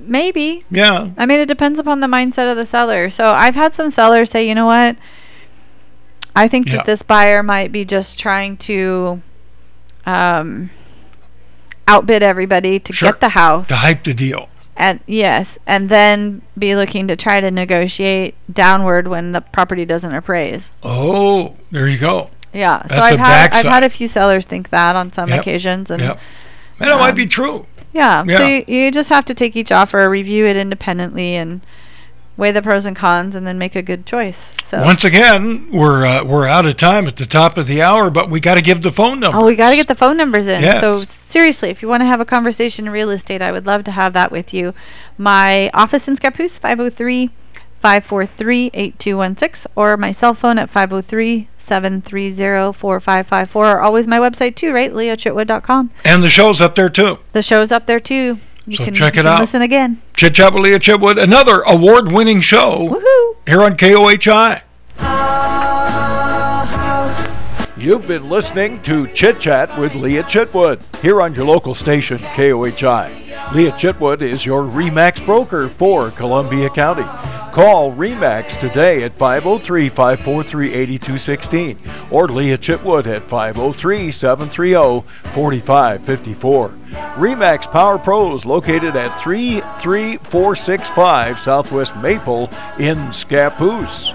Speaker 4: Maybe.
Speaker 3: Yeah.
Speaker 4: I mean, it depends upon the mindset of the seller. So I've had some sellers say, you know what? I think
Speaker 3: Yeah.
Speaker 4: that this buyer might be just trying to um, outbid everybody to
Speaker 3: Sure.
Speaker 4: get the house.
Speaker 3: To hype the deal.
Speaker 4: And yes, and then be looking to try to negotiate downward when the property doesn't appraise.
Speaker 3: Oh, there you go.
Speaker 4: Yeah. so
Speaker 3: That's a
Speaker 4: I've had I've
Speaker 3: backside.
Speaker 4: had a few sellers think that on some
Speaker 3: Yep.
Speaker 4: occasions and
Speaker 3: Yep. And it might
Speaker 4: um,
Speaker 3: be true.
Speaker 4: Yeah. So
Speaker 3: Yeah.
Speaker 4: you, you just have to take each offer, review it independently, and weigh the pros and cons, and then make a good choice. So.
Speaker 3: Once again, we're uh, we're out of time at the top of the hour, but we got to give the phone number.
Speaker 4: Oh, we got to get the phone numbers in. So
Speaker 3: Yes.
Speaker 4: seriously, if you want to have a conversation in real estate, I would love to have that with you. My office in Scappoose, 503 543 8216, or my cell phone at 503 730 4554, or always my website too, right? leochitwood.com.
Speaker 3: and the show's up there too.
Speaker 4: The show's up there too. You
Speaker 3: So
Speaker 4: can
Speaker 3: check
Speaker 4: you
Speaker 3: it
Speaker 4: can
Speaker 3: out.
Speaker 4: Listen again.
Speaker 3: Chit Chat with Leah Chitwood, another award-winning show
Speaker 4: Woohoo!
Speaker 3: here on KOHI.
Speaker 2: You've been listening to Chit Chat with Leah Chitwood here on your local station, KOHI. Leah Chitwood is your REMAX broker for Columbia County. Call REMAX today at 503 543 8216 or Leah Chitwood at 503 730 4554. REMAX Power Pro is located at 33465 Southwest Maple in Scappoose.